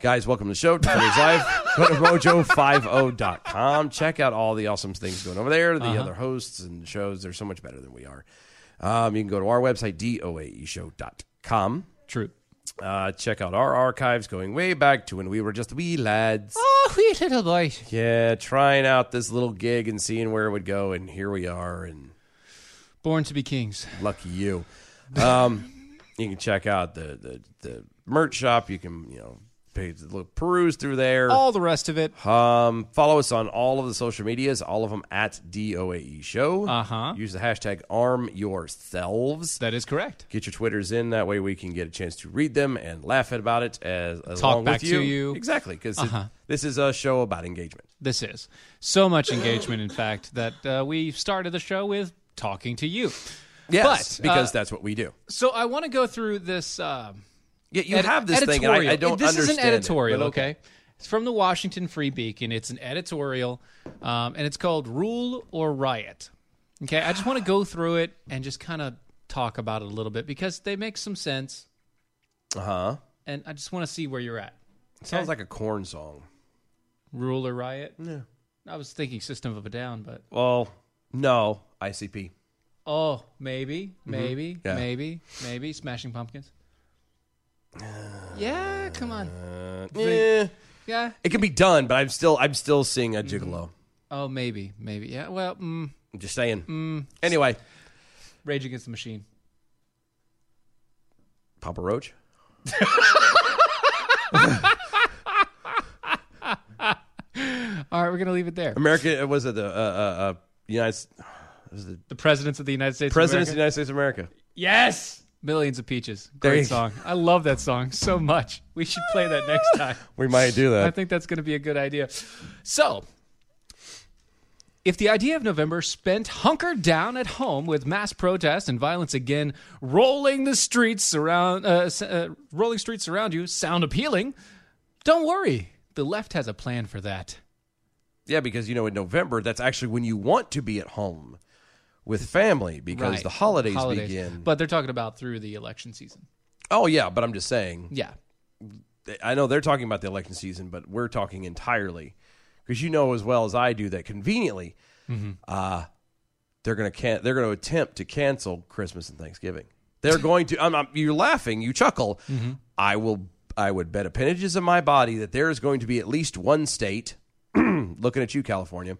S4: Guys, welcome to the show. Defenders
S5: [LAUGHS]
S4: Live. Go to mojo50.com. Check out all the awesome things going over there. The
S5: Uh-huh.
S4: other hosts and shows, they're so much better than we are. Um, you can go to our website, e doaeshow.com.
S5: True.
S4: Uh, check out our archives going way back to when we were just wee lads.
S5: Oh, wee little boy.
S4: Yeah, trying out this little gig and seeing where it would go, and here we are, and
S5: born to be kings.
S4: Lucky you. Um, you can check out the, the the merch shop. You can you know pay look peruse through there.
S5: All the rest of it.
S4: Um, follow us on all of the social medias, all of them at DOAE Show. Uh huh. Use the hashtag arm yourselves.
S5: Uh-huh. That is correct.
S4: Get your Twitters in. That way we can get a chance to read them and laugh about it as, as
S5: Talk
S4: along
S5: back
S4: with
S5: to you.
S4: Exactly, because
S5: Uh-huh.
S4: this is a show about engagement.
S5: This is so much engagement, in fact, that uh, we started the show with talking to you.
S4: Yes,
S5: But, uh,
S4: because that's what we do.
S5: So I want to go through this. Um,
S4: yeah, you have this thing, and I- I don't
S5: This is an
S4: understand it,
S5: editorial,
S4: but
S5: okay.
S4: okay.
S5: It's from the Washington Free Beacon. It's an editorial, um, and it's called "Rule or Riot." Okay, I just want
S4: [SIGHS]
S5: to go through it and just kind of talk about it a little bit because they make some sense,
S4: Uh huh.
S5: and I just want to see where you're at.
S4: Sounds like a corn song.
S5: Rule or Riot? Yeah. I was thinking System of a Down, but
S4: Well, no, ICP.
S5: oh, maybe, maybe,
S4: Mm-hmm. Yeah.
S5: maybe, maybe
S4: [SIGHS]
S5: Smashing Pumpkins. yeah, come on.
S4: Uh,
S5: Think-
S4: eh.
S5: yeah.
S4: It can be done, but I'm still I'm still seeing a gigolo.
S5: Oh, maybe, maybe. Yeah. Well, mm,
S4: I'm just saying.
S5: mm,
S4: Anyway,
S5: Rage Against the Machine.
S4: Papa Roach.
S5: All right, we're gonna leave it there.
S4: America was it the uh, uh, uh, United S- was it
S5: The presidents of the United States. of
S4: Presidents of the
S5: America.
S4: United States of America?
S5: Yes. Millions of peaches.
S4: There
S5: Great
S4: you-
S5: song. I love that song so much. We should play
S4: [LAUGHS]
S5: that next time.
S4: We might do that.
S5: I think that's going to be a good idea. So, if the idea of November spent hunkered down at home with mass protest and violence again rolling the streets around, uh, s- uh, rolling streets around you sound appealing, don't worry. The left has a plan for that.
S4: Yeah, because you know in November that's actually when you want to be at home with family because
S5: Right.
S4: the holidays, begin.
S5: But they're talking about through the election season.
S4: Oh yeah, but I'm just saying.
S5: Yeah.
S4: I know they're talking about the election season, but we're talking entirely because you know as well as I do that conveniently,
S5: Mm-hmm.
S4: uh, they're gonna can- they're gonna attempt to cancel Christmas and Thanksgiving. They're going to. I'm, I'm, you're laughing. You chuckle.
S5: Mm-hmm.
S4: I will. I would bet appendages of my body that there is going to be at least one state, [CLEARS THROAT] looking at you, California,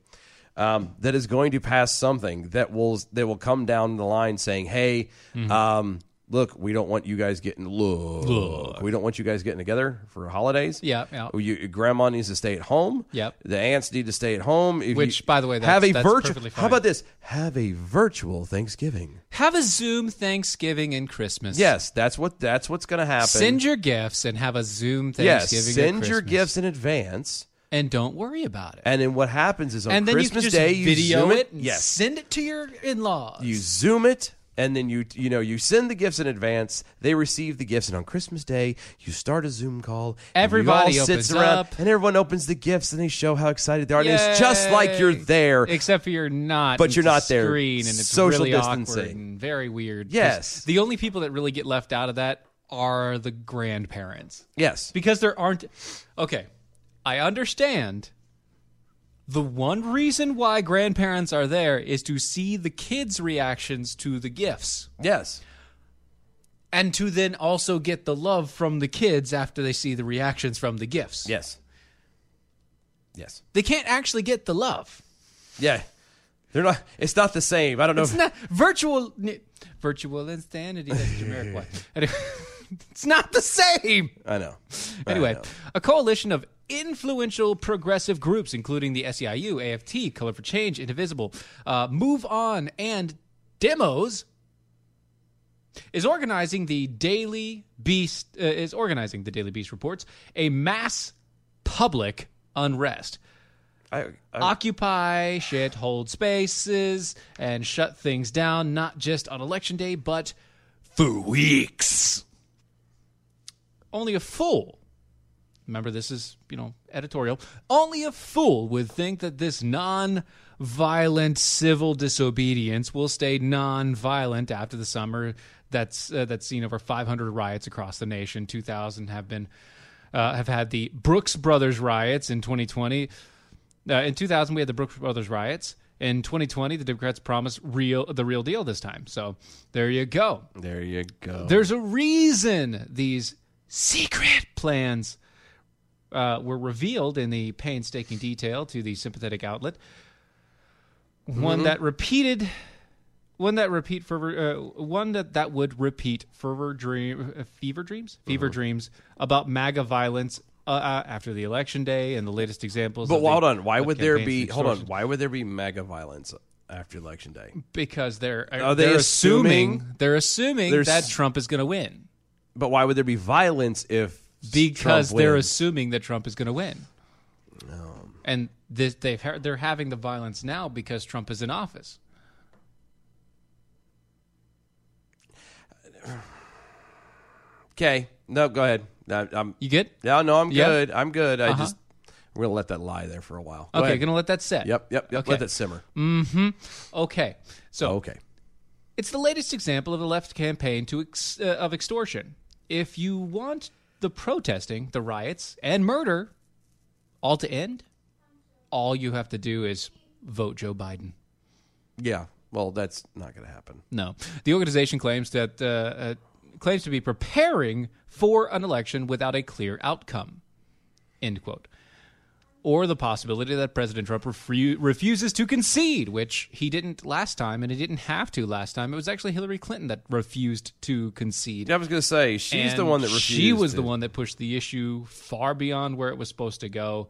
S4: um, that is going to pass something that will that will come down the line saying, "Hey,
S5: Mm-hmm.
S4: um, look, we don't want you guys getting look, we don't want you guys getting together for holidays.
S5: Yeah, yeah.
S4: You- your grandma needs to stay at home.
S5: Yep.
S4: the aunts need to stay at home. If
S5: Which,
S4: you-
S5: by the way, that's-
S4: have a
S5: that's
S4: virtual.
S5: perfectly
S4: How
S5: fine.
S4: about this? Have a virtual Thanksgiving.
S5: Have a Zoom Thanksgiving and Christmas.
S4: Yes, that's what that's what's going to happen.
S5: Send your gifts and have a Zoom
S4: yes,
S5: Thanksgiving.
S4: send
S5: and
S4: your
S5: Christmas.
S4: gifts in advance,
S5: and don't worry about it.
S4: and then what happens is on
S5: and then
S4: Christmas
S5: you can just
S4: Day you
S5: video
S4: zoom
S5: it. and
S4: Yes,
S5: send it to your in-laws.
S4: you zoom it. And then you you know you send the gifts in advance. They receive the gifts, and on Christmas Day you start a Zoom call. and you
S5: Everybody
S4: all
S5: opens
S4: sits around,
S5: up.
S4: and everyone opens the gifts, and they show how excited they are. And it's just like you're
S5: Yay.
S4: there,
S5: Except for you're not,
S4: But
S5: and
S4: you're
S5: it's a
S4: not there.
S5: Screen and it's
S4: Social
S5: really awkward
S4: distancing.
S5: and very weird. 'Cause
S4: Yes.
S5: the only people that really get left out of that are the grandparents.
S4: Yes.
S5: because there aren't okay i understand the one reason why grandparents are there is to see the kids reactions to the gifts
S4: Yes.
S5: and to then also get the love from the kids after they see the reactions from the gifts
S4: Yes. Yes.
S5: they can't actually get the love
S4: Yeah. They're not it's not the same. I don't know.
S5: it's not virtual n- virtual insanity that's Jamiroquai. Anyway, [LAUGHS] it's not the same
S4: I
S5: [LAUGHS]
S4: know. I
S5: Anyway,
S4: know.
S5: a coalition of influential progressive groups, including the E SEIU, AFT, Color for Change, Indivisible, uh, Move On, and Demos, is organizing the Daily Beast. Uh, is organizing the Daily Beast reports a mass public unrest. Occupy shit, hold spaces, and shut things down, not just on election day, but
S9: for weeks.
S5: only a fool. Remember, this is, you know, editorial. Only a fool would think that this non violent civil disobedience will stay non violent after the summer that's, uh, that's seen over 500 riots across the nation. 2,000 have been. Uh, have had the Brooks Brothers riots in 2020. Uh, in 2000, we had the Brooks Brothers riots. In 2020, the Democrats promised real the real deal this time. So there you go.
S4: There you go.
S5: There's a reason these secret plans uh, were revealed in the painstaking detail to the sympathetic outlet. One
S4: Mm-hmm.
S12: Mhm.
S5: that repeated, one that repeat fervor, uh, one that that would repeat fervor dream, uh, fever dreams, fever
S4: Mm-hmm.
S5: dreams about MAGA violence uh, uh, after the election day and the latest examples.
S4: But
S5: of the-
S4: hold on, why
S5: of
S4: would there
S5: campaigns
S4: be?
S5: and
S4: Hold on,
S5: extortion.
S4: why would there be mega violence after election day?
S5: Because they're
S4: Are they
S5: they're
S4: assuming-
S5: they're assuming
S4: There's-
S5: that Trump is going to win
S4: But why would there be violence if
S5: because
S4: Trump
S5: they're
S4: wins? Um,
S5: assuming that Trump is going to win. And this, they've ha- they're having the violence now because Trump is in office.
S4: okay? No, go ahead. I, am
S5: you good?
S4: Yeah, no, I'm
S5: Yeah?
S4: good. I'm good. I
S5: Uh-huh.
S4: just we're gonna let that lie there for a while. Go
S5: Okay,
S4: ahead.
S5: gonna let that sit.
S4: Yep, yep, yep. Let that simmer. Oh,
S5: Mm-hmm. Okay, so
S4: okay,
S5: it's the latest example of the left campaign to ex- uh, of extortion. If you want the protesting, the riots, and murder all to end, all you have to do is vote Joe Biden.
S4: Yeah. Well, that's not going to happen.
S5: No, the organization claims that uh, uh, claims to be preparing for an election without a clear outcome. End quote. Or the possibility that President Trump refu- refuses to concede, which he didn't last time, and he didn't have to last time. It was actually Hillary Clinton that refused to concede.
S4: I was going to say she's the
S5: And
S4: one that
S5: She
S4: refused
S5: was the
S4: to-
S5: one that pushed the issue far beyond where it was supposed to go,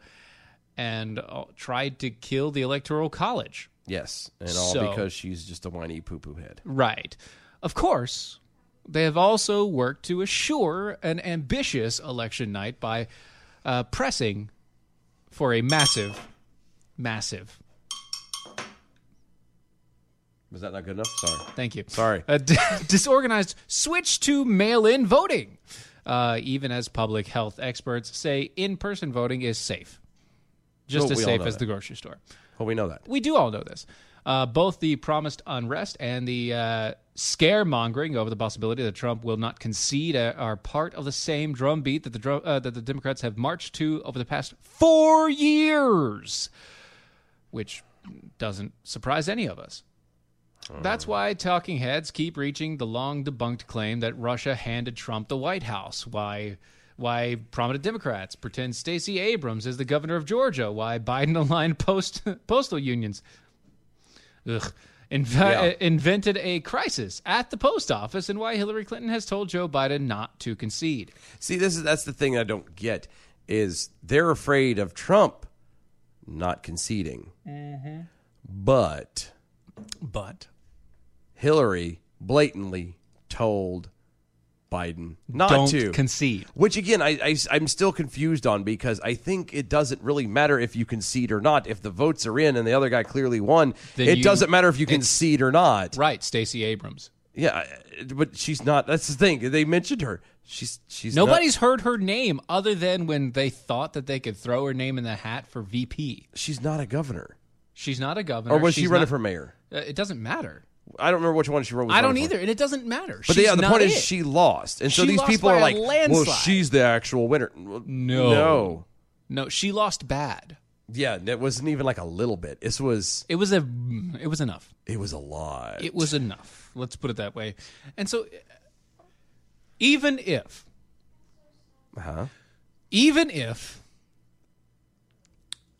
S5: and uh, tried to kill the Electoral College.
S4: Yes, and all
S5: So-
S4: because she's just a whiny poo poo head.
S5: Right. Of course, they have also worked to assure an ambitious election night by uh, pressing for a massive, massive.
S4: Was that not good enough? Sorry.
S5: Thank you.
S4: Sorry.
S5: A d- [LAUGHS] disorganized switch to mail in voting, uh, even as public health experts say in person voting is safe. Just
S4: Well,
S5: as
S4: we all
S5: safe
S4: know
S5: as
S4: that.
S5: the grocery store.
S4: Well, we know that.
S5: We do all know this. Uh, both the promised unrest and the uh, scaremongering over the possibility that Trump will not concede uh, are part of the same drumbeat that the drum, uh, that the Democrats have marched to over the past four years, which doesn't surprise any of us. That's why talking heads keep reaching the long debunked claim that Russia handed Trump the White House. Why why prominent Democrats pretend Stacey Abrams is the governor of Georgia. Why Biden aligned post [LAUGHS] postal unions. Ugh. Inve-
S12: Yeah.
S5: Invented a crisis at the post office, and why Hillary Clinton has told Joe Biden not to concede.
S4: See, this is that's the thing I don't get is they're afraid of Trump not conceding,
S5: Mm-hmm.
S4: but
S5: But
S4: Hillary blatantly told Biden not
S5: Don't
S4: to
S5: concede.
S4: Which again, I, I am still confused on because I think it doesn't really matter if you concede or not. If the votes are in and the other guy clearly won,
S5: Then
S4: it
S5: you-
S4: doesn't matter if you
S5: it's-
S4: concede or not.
S5: Right, Stacey Abrams.
S4: Yeah, but she's not. That's the thing. They mentioned her. She's she's not-
S5: Nobody's heard her name other than when they thought that they could throw her name in the hat for VP.
S4: She's not a governor.
S5: She's not a governor.
S4: Or was she
S5: She's
S4: running
S5: not-
S4: for mayor?
S5: Uh, It doesn't matter.
S4: I don't remember which one she wrote. was
S5: I don't
S4: running for.
S5: either, and it doesn't matter.
S4: But
S5: She's
S4: yeah, the
S5: not
S4: point
S5: it.
S4: is she lost, and so
S5: She
S4: these
S5: lost
S4: people are
S5: by
S4: like,
S5: a
S4: "Well,
S5: landslide."
S4: she's the actual winner." Well,
S5: No.
S4: no,
S5: no, she lost bad.
S4: Yeah, it wasn't even like a little bit. This was
S5: it was a it was enough.
S4: It was a lot.
S5: It was enough. Let's put it that way. And so, uh, even if,
S4: huh?
S5: even if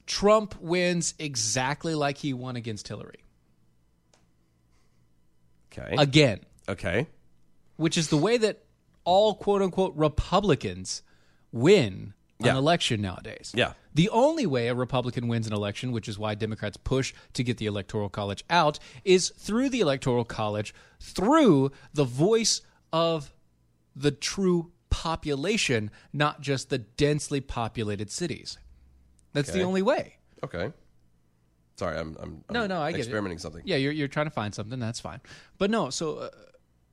S5: Trump wins exactly like he won against Hillary,
S4: Okay.
S5: Again.
S4: Okay.
S5: which is the way that all quote unquote Republicans win an
S4: Yeah.
S5: election nowadays.
S4: Yeah.
S5: The only way a Republican wins an election, which is why Democrats push to get the Electoral College out, is through the Electoral College, through the voice of the true population, not just the densely populated cities. That's
S4: Okay.
S5: the only way.
S4: Okay. Sorry, I'm. I'm
S5: no,
S4: I'm
S5: no, I get it.
S4: experimenting something.
S5: Yeah, you're you're trying to find something. That's fine. But no, so uh,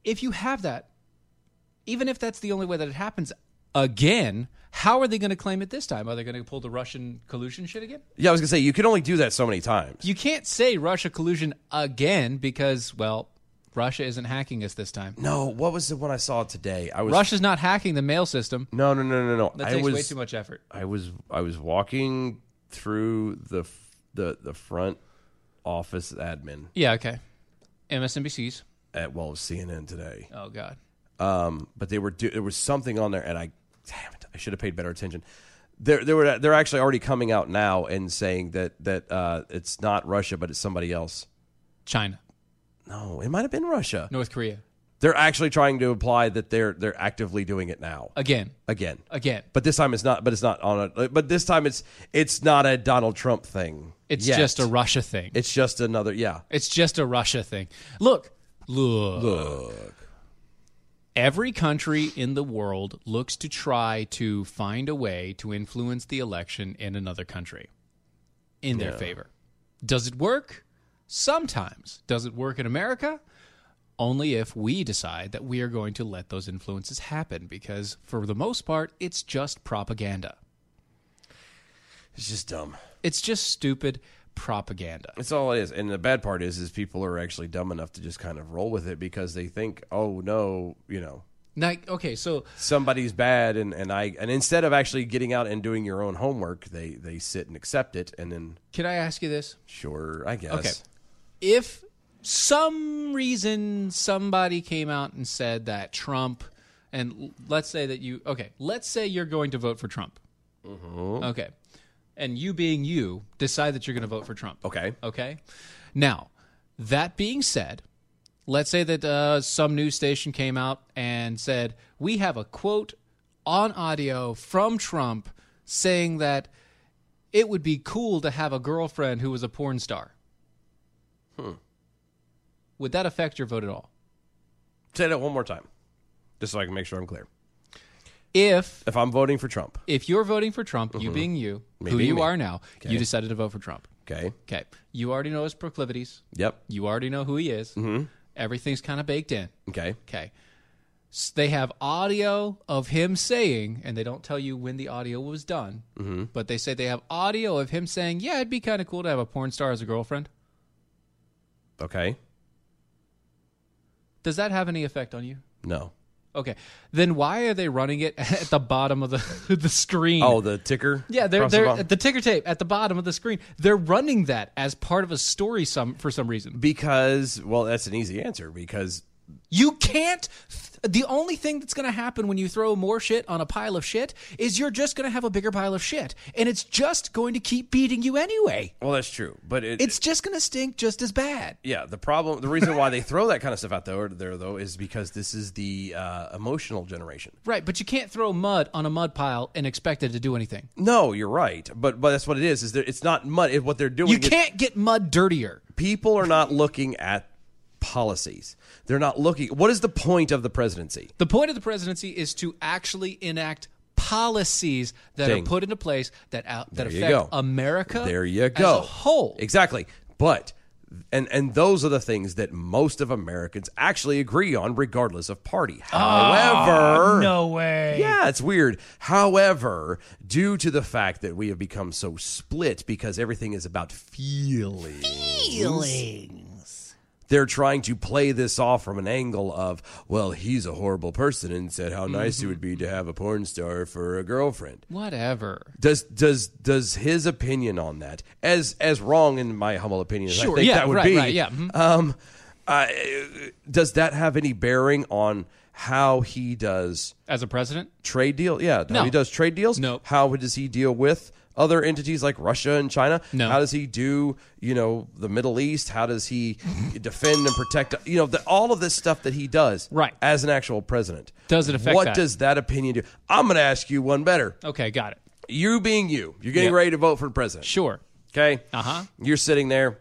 S5: if you have that, even if that's the only way that it happens again, how are they going to claim it this time? Are they going to pull the Russian collusion shit again?
S4: Yeah, I was gonna say you can only do that so many times.
S5: You can't say Russia collusion again because well, Russia isn't hacking us this time.
S4: No, what was the one I saw today? I was
S5: Russia's not hacking the mail system.
S4: No, no, no, no, no. I
S5: That takes way
S4: was-
S5: too much effort.
S4: I was I was walking through the f- the the front office admin
S5: Yeah, okay. MSNBC's.
S4: at well it was CNN today.
S5: Oh God.
S4: Um, but they were do- there was something on there, and I damn it, I should have paid better attention. They're they were they're actually already coming out now and saying that that uh, it's not Russia, but it's somebody else.
S5: China.
S4: No, it might have been Russia.
S5: North Korea.
S4: They're actually trying to imply that they're they're actively doing it now
S5: Again.
S4: again.
S5: Again.
S4: But this time it's not. But it's not on a. But this time it's it's not a Donald Trump thing.
S5: It's
S4: yet.
S5: just a Russia thing.
S4: It's just another. Yeah.
S5: It's just a Russia thing. Look, look.
S4: Look.
S5: Every country in the world looks to try to find a way to influence the election in another country in their favor. Does it work? Sometimes. Does it work in America? Only if we decide that we are going to let those influences happen, because for the most part, it's just propaganda.
S4: It's just dumb.
S5: It's just stupid propaganda.
S4: It's all it is. And the bad part is, is people are actually dumb enough to just kind of roll with it because they think, oh no, you know,
S5: Like, okay, so
S4: somebody's bad, and and I and instead of actually getting out and doing your own homework, they they sit and accept it, and then
S5: can I ask you this?
S4: sure, I guess.
S5: Okay. if some reason somebody came out and said that Trump, and l- let's say that you, okay, let's say you're going to vote for Trump.
S4: Mm-hmm.
S5: Okay. And you being you, decide that you're going to vote for Trump.
S4: Okay.
S5: Okay. Now, that being said, let's say that uh, some news station came out and said, we have a quote on audio from Trump saying that it would be cool to have a girlfriend who was a porn star.
S4: Hmm.
S5: Would that affect your vote at all?
S4: Say that one more time, just so I can make sure I'm clear.
S5: If
S4: If I'm voting for Trump,
S5: if you're voting for Trump, you being you,
S4: Mm-hmm. Me
S5: who
S4: being
S5: you
S4: me.
S5: are now, you decided to vote for Trump.
S4: okay.
S5: Okay. You already know his proclivities.
S4: Yep.
S5: You already know who he is. Mm-hmm. Everything's kind of baked in.
S4: Okay.
S5: Okay. S they have audio of him saying, and they don't tell you when the audio was done,
S4: Mm-hmm.
S5: but they say they have audio of him saying, yeah, it'd be kind of cool to have a porn star as a girlfriend.
S4: Okay.
S5: Does that have any effect on you?
S4: No.
S5: Okay. Then why are they running it [LAUGHS] at the bottom of the, [LAUGHS] the screen?
S4: Oh, the ticker.
S5: Yeah, they're,
S4: across the
S5: they're
S4: bottom?
S5: the, ticker tape at the bottom of the screen. They're running that as part of a story some for some reason.
S4: because well, that's an easy answer because
S5: You can't the only thing that's going to happen when you throw more shit on a pile of shit is you're just going to have a bigger pile of shit and it's just going to keep beating you anyway.
S4: well, that's true, but it,
S5: It's just going to stink just as bad.
S4: Yeah, the problem, the reason why they throw that kind of stuff out there, there though, is because this is the uh, emotional generation.
S5: Right, but you can't throw mud on a mud pile and expect it to do anything.
S4: No, you're right, but but that's what it is. Is that it's not mud. It, what they're doing,
S5: You
S4: is-
S5: can't get mud dirtier.
S4: people are not looking at policies. They're not looking. What is the point of the presidency?
S5: The point of the presidency is to actually enact policies that
S4: Ding.
S5: are put into place that out, that
S4: There you
S5: affect
S4: go.
S5: America.
S4: There you go.
S5: As a whole.
S4: Exactly. But and and those are the things that most of Americans actually agree on, regardless of party.
S5: Ah,
S4: However, no way. Yeah, it's weird. However, due to the fact that we have become so split because everything is about feelings. They're trying to play this off from an angle of, well, he's a horrible person and said how nice it would be to have a porn star for a girlfriend
S5: Whatever.
S4: does does does his opinion on that as as wrong in my humble opinion as I
S5: Sure,
S4: think
S5: yeah,
S4: that would
S5: right,
S4: be
S5: right, yeah, mhm.
S4: um uh, does that have any bearing on how he does
S5: As a president,
S4: trade deal yeah how
S5: No.
S4: he does trade deals
S5: Nope.
S4: how does he deal with other entities like Russia and China
S5: No.
S4: how does he do you know the Middle East how does he defend and protect you know the, all of this stuff that he does
S5: Right.
S4: as an actual president
S5: Does it affect
S4: what
S5: that?
S4: does that opinion do I'm going to ask you one better
S5: okay, got it.
S4: you being you, you're getting
S5: Yeah.
S4: ready to vote for president.
S5: Sure.
S4: Okay.
S5: Uh-huh.
S4: You're sitting there,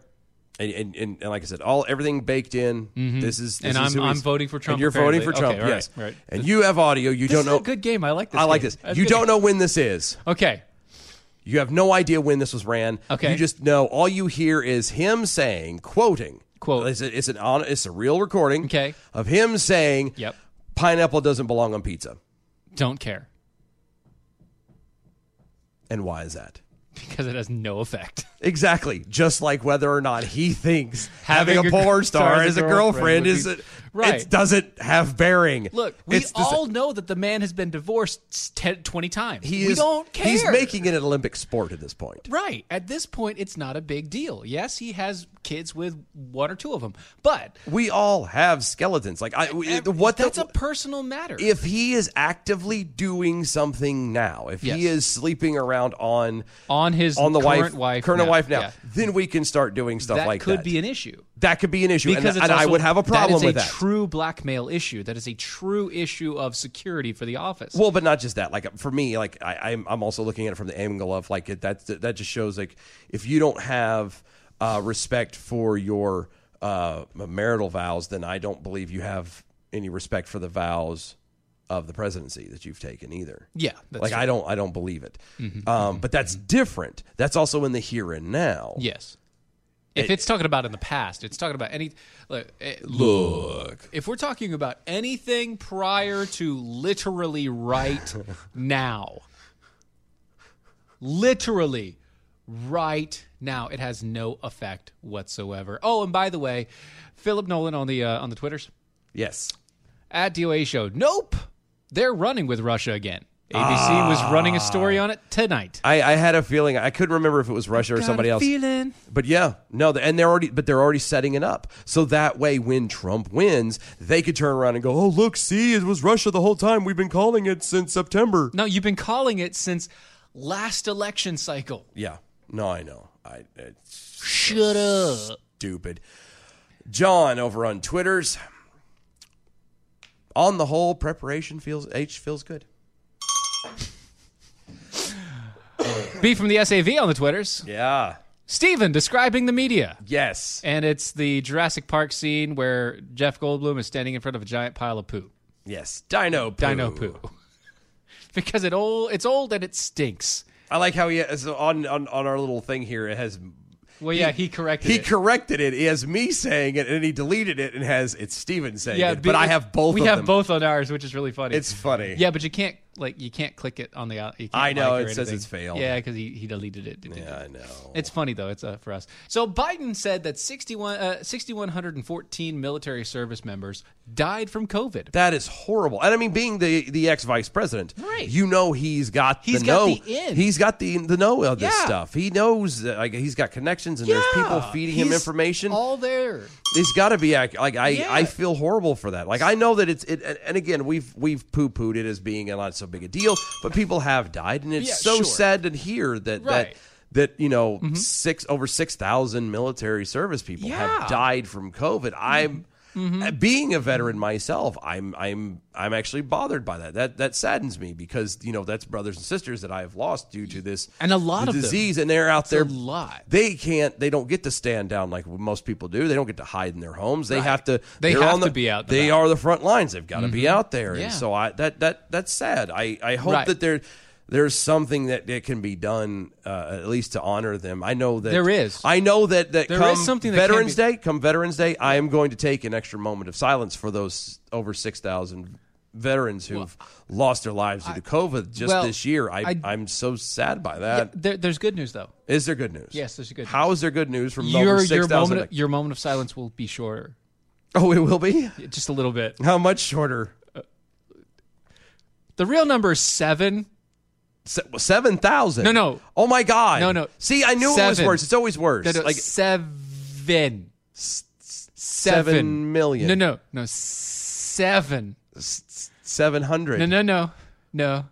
S4: and and, and, and like I said, all everything baked in. This is this
S5: Mm-hmm. And
S4: is
S5: I'm-
S4: who he
S5: I'm
S4: is.
S5: voting for Trump,
S4: And you're voting for Trump.
S5: apparently. Okay, all
S4: yes.
S5: right, right.
S4: And you have audio. You
S5: This
S4: don't
S5: is
S4: know.
S5: a good game. I like this.
S4: I like
S5: game.
S4: this.
S5: That's
S4: you
S5: good.
S4: don't know when this is.
S5: Okay.
S4: You have no idea when this was ran.
S5: Okay.
S4: You just know all you hear is him saying, quoting, quote. It's, a, it's an on, it's a real recording. Okay. Of him saying,
S5: Yep.
S4: pineapple doesn't belong on pizza.
S5: Don't care
S4: And why is that?
S5: because it has no effect.
S4: Exactly. Just like whether or not he thinks having,
S5: Having
S4: a
S5: a
S4: porn
S5: gir-
S4: star as a girlfriend,
S5: would
S4: is
S5: be-
S4: it,
S5: Right.
S4: it doesn't have bearing.
S5: [LAUGHS] Look, we
S4: It's the sa-
S5: all know that the man has been divorced s- 10, 20 times.
S4: he
S5: we
S4: is,
S5: don't care.
S4: He's making it an Olympic sport at this point.
S5: Right. At this point, it's not a big deal. Yes, he has kids with one or two of them, but
S4: We all have skeletons. Like I, we- what
S5: that's
S4: the,
S5: a personal matter.
S4: if he is actively doing something now, if
S5: Yes.
S4: he is sleeping around on
S5: on his
S4: on the wife,
S5: current wife
S4: current
S5: now.
S4: wife now,
S5: Yeah.
S4: then we can start doing stuff
S5: that
S4: like
S5: could
S4: that.
S5: be an issue.
S4: that could be an issue,
S5: Because
S4: and,
S5: it's
S4: and I
S5: also-
S4: would have a problem
S5: that is a
S4: with that.
S5: True blackmail issue. That is a true issue of security for the office.
S4: Well, but not just that. Like for me, like I, I'm I'm also looking at it from the angle of like it, that that just shows like if you don't have uh, respect for your uh, marital vows, then I don't believe you have any respect for the vows of the presidency that you've taken either.
S5: Yeah, that's
S4: like I
S5: true.
S4: don't I don't believe it.
S5: Mhm,
S4: Um, but that's different. That's also in the here and now.
S5: Yes. If
S4: It-
S5: it's talking about in the past, it's talking about any. Look, eh,
S4: Look.
S5: If we're talking about anything prior to literally
S4: [LAUGHS]
S5: right now, literally right now, it has no effect whatsoever. Oh, and by the way, Philip Nolan on the uh, on the twitters
S4: Yes.
S5: at DOA show. Nope, they're running with Russia again. ABC was running a story on it tonight.
S4: Ah. I, I had a feeling I couldn't remember if it was Russia or somebody else.
S5: Feeling.
S4: But yeah, no, th- and they're already, but they're already setting it up. So that way, when Trump wins, they could turn around and go, "Oh, look, see, it was Russia the whole time. We've been calling it since September."
S5: No, you've been calling it since last election cycle.
S4: Yeah, no, I know. I it's
S5: Shut up.
S4: stupid. John over on Twitter's. On the whole, preparation feels H feels good.
S5: B from the SAV on the Twitters.
S4: Yeah.
S5: Steven describing the media.
S4: Yes.
S5: And it's the Jurassic Park scene where Jeff Goldblum is standing in front of a giant pile of poo.
S4: Yes. Dino poo.
S5: Dino poo. [LAUGHS] because it old it's old and it stinks.
S4: I like how he is on on on our little thing here. It has.
S5: Well, yeah, he corrected
S4: He
S5: it.
S4: corrected it. He has me saying it, and he deleted it, and has it's Steven saying
S5: yeah,
S4: it. But I
S5: it-
S4: have both.
S5: We
S4: of
S5: have
S4: them.
S5: both on ours, which is really funny.
S4: It's funny.
S5: Yeah, but you can't like you can't click it on the. out- You can't
S4: I know,
S5: like or
S4: it says
S5: anything.
S4: it's failed.
S5: Yeah, because he, he deleted it. Yeah,
S4: I know.
S5: It's funny though. It's uh, for us. So Biden said that 61 uh, 6114 military service members died from COVID.
S4: That is horrible. And I mean, being the the ex vice president,
S5: Right.
S4: You know he's got
S5: He's
S4: the
S5: got
S4: know.
S5: the in.
S4: He's got the the know of this
S5: Yeah.
S4: stuff. He knows that, like he's got connections, and there's people
S5: Yeah,
S4: feeding him
S5: he's
S4: information.
S5: All there.
S4: he's got to be ac- like I
S5: Yeah.
S4: I feel horrible for that. Like I know that it's it. and- And again, we've we've poo pooed it as being a not so big a deal, but people have died, and it's
S5: Yeah,
S4: so
S5: sure.
S4: sad to hear that that.
S5: Right. Mm-hmm.
S4: That you know, six over six thousand military service people
S5: Yeah. Mm-hmm.
S4: have died from COVID. I'm Uh, being a veteran myself, I'm I'm I'm actually bothered by that. That that saddens me because you know that's brothers and sisters that I have lost due to this
S5: And a lot
S4: the
S5: of them.
S4: disease, and they're out
S5: It's
S4: there.
S5: a lot.
S4: They can't. They don't get to stand down like most people do. They don't get to hide in their homes. They have to.
S5: They
S4: they're
S5: have
S4: on the-
S5: to be out and
S4: They
S5: about.
S4: are the front lines. They've got to be out there.
S5: Yeah.
S4: And so I that that that's sad. I I hope
S5: Right.
S4: that there there's something that, that can be done uh, at least to honor them. I know that
S5: There is.
S4: I know that that
S5: There
S4: come
S5: is something that can
S4: Veterans
S5: be-
S4: Day. Come Veterans Day, I am going to take an extra moment of silence for those over six thousand veterans who've lost their lives due to COVID just
S5: well,
S4: this year. I,
S5: I-
S4: I am so sad by that. Is
S5: There, there's good news though.
S4: there good news?
S5: Yes, there's good.
S4: Uh, How is there good news from
S5: news.
S4: over
S5: Your your
S4: six thousand?
S5: moment your moment of silence will be shorter,
S4: oh, it will be.
S5: just a little bit.
S4: How much shorter?
S5: The real number is seven.
S4: Se- Seven thousand.
S5: No, no.
S4: Oh my God.
S5: No, no.
S4: See, I knew it was
S5: Seven.
S4: worse. It's always worse.
S5: No, no,
S4: like
S5: seven.
S4: seven million.
S5: No, no, no. Seven.
S4: seven hundred.
S5: No, no, no. No.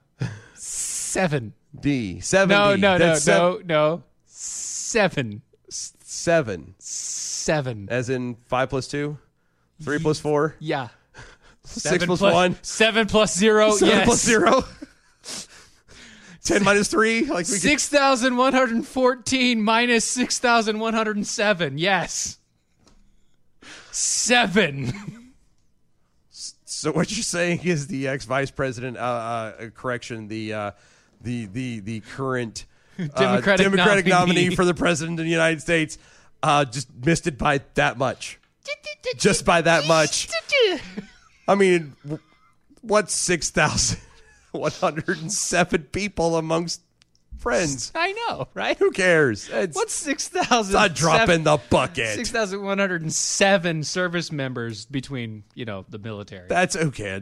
S5: Seven.
S4: D seventy.
S5: No, no, no,
S4: That's
S5: no, no. Seven.
S4: Seven,
S5: Seven.
S4: as in five plus two, three plus four,
S5: Yeah.
S4: [LAUGHS] six plus one,
S5: Seven plus zero.
S4: [LAUGHS] seven
S5: oh, yes.
S4: plus
S5: [LAUGHS]
S4: zero. Ten minus three, like we
S5: Six thousand one hundred fourteen minus six thousand one hundred seven. Yes. Seven.
S4: could- so what you're saying is the ex vice president, uh, uh, correction, the uh, the the the current
S5: Democratic
S4: Democratic nominee.
S5: nominee.
S4: for the president of the United States. Uh, just missed it by that much. just by that much. I mean, w- what's 6,107 [LAUGHS] people amongst friends?
S5: [LAUGHS] I know, right?
S4: Who cares? It's,
S5: What's 6,000?
S4: It's a drop in the bucket.
S5: 6,107 service members between, you know, the military.
S4: that's okay.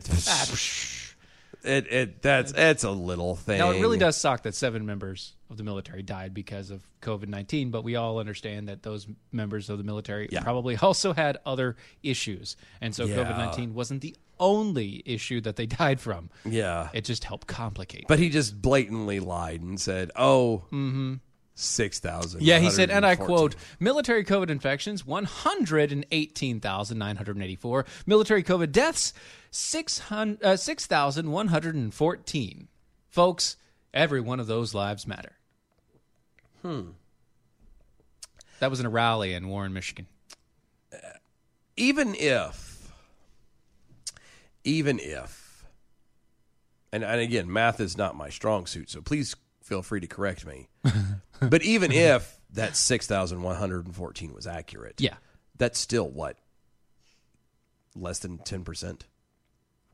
S4: It, it that's it's a little thing.
S5: Now, it really does suck that seven members of the military died because of COVID 19, but we all understand that those members of the military probably [LAUGHS] also had other issues. And so
S4: Yeah.
S5: COVID 19 wasn't the only issue that they died from.
S4: Yeah.
S5: It just helped complicate.
S4: But he just blatantly lied and said, "Oh, six thousand.
S5: Mm-hmm. Yeah, he said, and I quote, military COVID infections, 118,984. Military COVID deaths, 600 uh, 6,114. Folks, every one of those lives matter.
S4: Hmm.
S5: That was in a rally in Warren, Michigan.
S4: even if, even if, and, and again, math is not my strong suit, so please feel free to correct
S5: [LAUGHS]
S4: me. but even if that 6,114 was accurate,
S5: Yeah.
S4: that's still what? Less than 10%,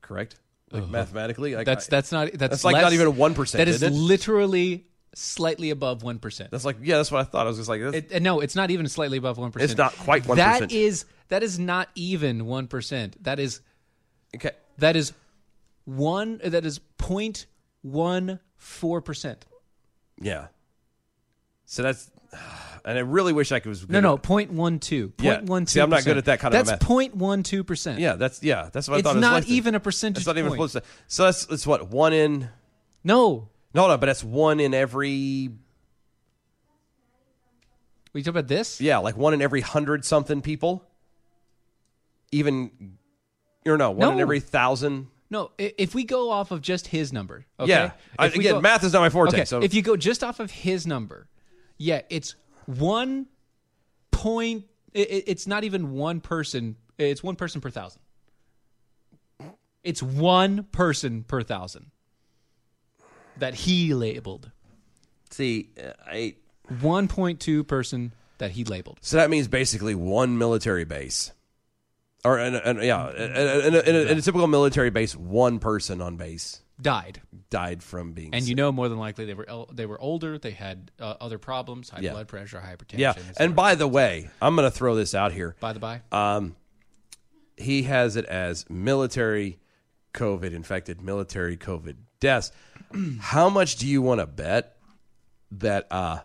S4: correct? Like
S5: Ugh.
S4: mathematically? Like
S5: Uh-huh. that's
S4: I-
S5: that's not that's,
S4: like
S5: less-
S4: not even a 1%.
S5: That is
S4: isn't it?
S5: literally slightly above 1%.
S4: That's like, yeah, that's what I thought. I was just like, that's,
S5: It, and no, it's not even slightly above 1%.
S4: It's not quite 1%.
S5: That is that is not even 1%. That is
S4: Okay.
S5: That is one that is 0.14%.
S4: yeah. So that's, [SIGHS] and I really wish I could was
S5: No, no, 0.12.
S4: Yeah.
S5: 0.12%.
S4: See, I'm not good at that kind of
S5: That's
S4: math.
S5: 0.12%.
S4: Yeah, that's yeah, that's what I
S5: It's
S4: thought. it was
S5: not
S4: less than.
S5: even a percentage
S4: It's not even
S5: point.
S4: close. To, so that's it's what one in.
S5: No,
S4: no, no, but that's one in every.
S5: We talk about this.
S4: Yeah, like one in every hundred something people. Even, or no, one in
S5: No.
S4: every thousand.
S5: No, i- if we go off of just his number, okay?
S4: Yeah. I-
S5: If we
S4: again, math is not my forte,
S5: Okay,
S4: so-
S5: if you go just off of his number, yeah, it's one point. i- i- It's not even one person. It's one person per thousand. It's one person per thousand that he labeled.
S4: See, I
S5: one point two person that he labeled.
S4: So that means basically one military base, or an, an, yeah, in a, in, a, in a typical military base, one person on base
S5: Died.
S4: died from being
S5: And you know, more than likely, they were el- they were older. They had uh, other problems: high
S4: Yeah.
S5: blood pressure, hypertension.
S4: Yeah. And by the way, I'm going to throw this out here.
S5: By the by.
S4: Um, he has it as military COVID infected, military COVID deaths. [CLEARS THROAT] How much do you want to bet that uh,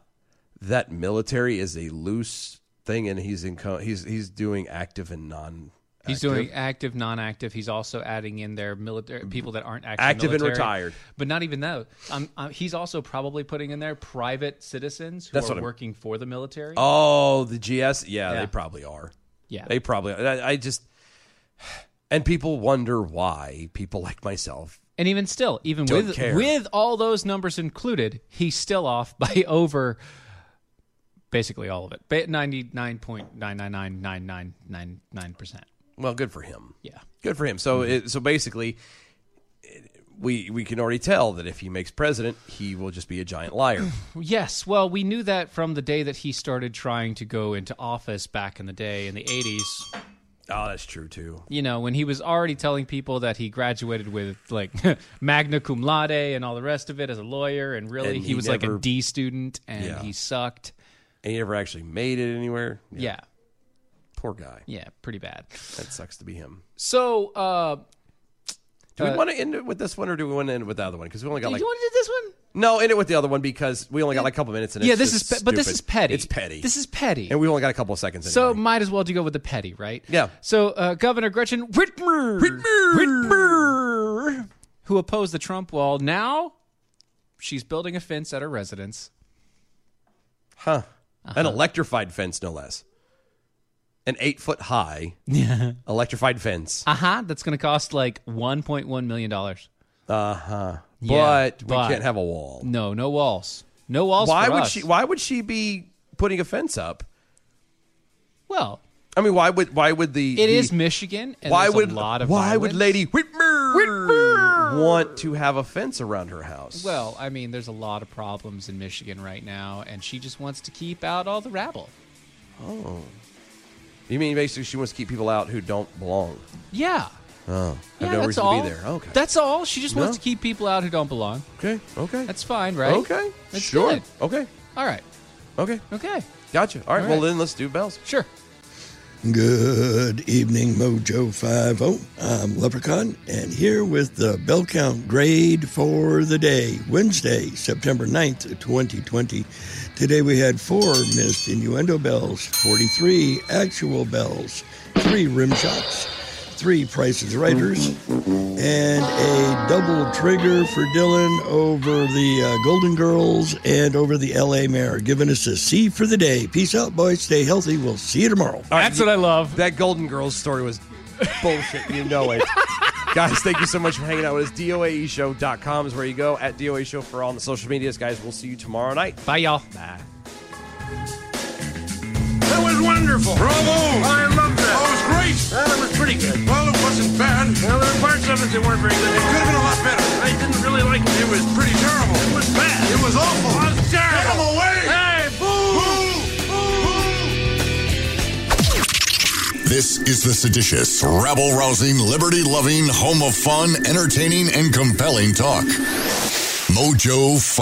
S4: that military is a loose thing and he's in co- he's he's doing active and non
S5: He's doing active, non-active. He's also adding in their military people that aren't actually
S4: Active and
S5: military.
S4: retired.
S5: But not even that. Um, um, he's also probably putting in there private citizens who
S4: That's what
S5: are
S4: I'm-
S5: working for the military.
S4: Oh, the GS. Yeah,
S5: Yeah.
S4: they probably are.
S5: Yeah.
S4: they probably. Are. I, I just and people wonder why people like myself.
S5: and even still, even
S4: Don't
S5: with
S4: care.
S5: with all those numbers included, he's still off by [LAUGHS] over basically all of it. Ninety nine point nine nine nine nine nine nine nine percent.
S4: Well, good for him.
S5: Yeah.
S4: good for him. So,
S5: Mm-hmm.
S4: it, so basically, it- we we can already tell that if he makes president, he will just be a giant
S5: [CLEARS THROAT]
S4: liar.
S5: Yes, well, we knew that from the day that he started trying to go into office back in the day in the 80s.
S4: Oh, that's true too.
S5: You know, when he was already telling people that he graduated with like [LAUGHS] magna cum laude and all the rest of it as a lawyer, and really
S4: And
S5: he,
S4: he
S5: was like
S4: never-
S5: a D student and
S4: Yeah.
S5: he sucked.
S4: And he never actually made it anywhere.
S5: Yeah.
S4: Yeah,
S5: yeah,
S4: poor guy.
S5: pretty bad.
S4: That sucks to be him.
S5: So, uh,
S4: Do
S5: Uh,
S4: we want to end it with this one, or do we want to end it with the other one? Because we only got like
S5: you want to do this one?
S4: no, end it with the other one because we only got like a couple minutes. And
S5: yeah,
S4: it's
S5: this is
S4: just
S5: pe- but this
S4: stupid.
S5: is petty.
S4: It's petty.
S5: This is petty.
S4: and we only got a couple of seconds.
S5: So might as well do go with the petty, right?
S4: Yeah.
S5: So uh, Governor Gretchen Whitmer, Whitmer, Whitmer, who opposed the Trump wall, now she's building a fence at her residence.
S4: Huh.
S5: Uh-huh.
S4: An electrified fence, no less. An eight foot
S5: [LAUGHS]
S4: high electrified fence.
S5: Uh huh. That's going to cost like one point one million dollars.
S4: Uh huh.
S5: Uh-huh. Yeah,
S4: but we
S5: but-
S4: can't have a wall.
S5: No, no walls. No walls.
S4: Why
S5: for
S4: would
S5: us.
S4: she? Why would she be putting a fence up?
S5: Well,
S4: I mean, why would? Why would the?
S5: it
S4: the-
S5: is Michigan. And
S4: why
S5: there's
S4: would?
S5: a lot of
S4: why would
S5: violence.
S4: Lady Whitmer? Whitmer. want to have a fence around her house.
S5: Well, I mean, there's a lot of problems in Michigan right now, and she just wants to keep out all the rabble.
S4: Oh. You mean basically she wants to keep people out who don't belong?
S5: Yeah.
S4: Oh.
S5: Yeah,
S4: have no
S5: that's
S4: reason
S5: all.
S4: to be there. Okay.
S5: That's all. She just wants
S4: No.
S5: to keep people out who don't belong.
S4: Okay. Okay.
S5: That's fine, right?
S4: Okay.
S5: That's
S4: sure.
S5: good.
S4: Okay.
S5: All right.
S4: Okay.
S5: Okay.
S4: Gotcha. All right.
S5: All
S4: Well,
S5: right.
S4: then let's do bells.
S5: Sure.
S12: Good evening, Mojo 50. I'm Leprechaun, and here with the bell count grade for the day, Wednesday, September 9th, 2020. Today we had four missed innuendo bells, 43 actual bells, three rim shots, three prices writers, and a double trigger for Dylan over the uh, Golden Girls and over the LA Mayor, giving us a C for the day. Peace out, boys. Stay healthy. We'll see you tomorrow.
S4: That's what I love. That Golden Girls story was bullshit. You know it. Guys, thank you so much for hanging out with us. DOAEshow.com is where you go. At DOAE E Show for all on the social medias. Guys, we'll see you tomorrow night.
S5: Bye, y'all.
S4: Bye.
S8: That was wonderful. Bravo! I loved that. That was great. That was pretty good. Well, it wasn't bad. Well, there were parts of it that weren't very good. It could have been a lot better. I didn't really like it. It was pretty terrible. It was bad. It was awful. It was terrible. Get him away! Hey, boo!
S1: This is the seditious, rabble rousing, liberty loving, home of fun, entertaining, and compelling talk. Mojo 5.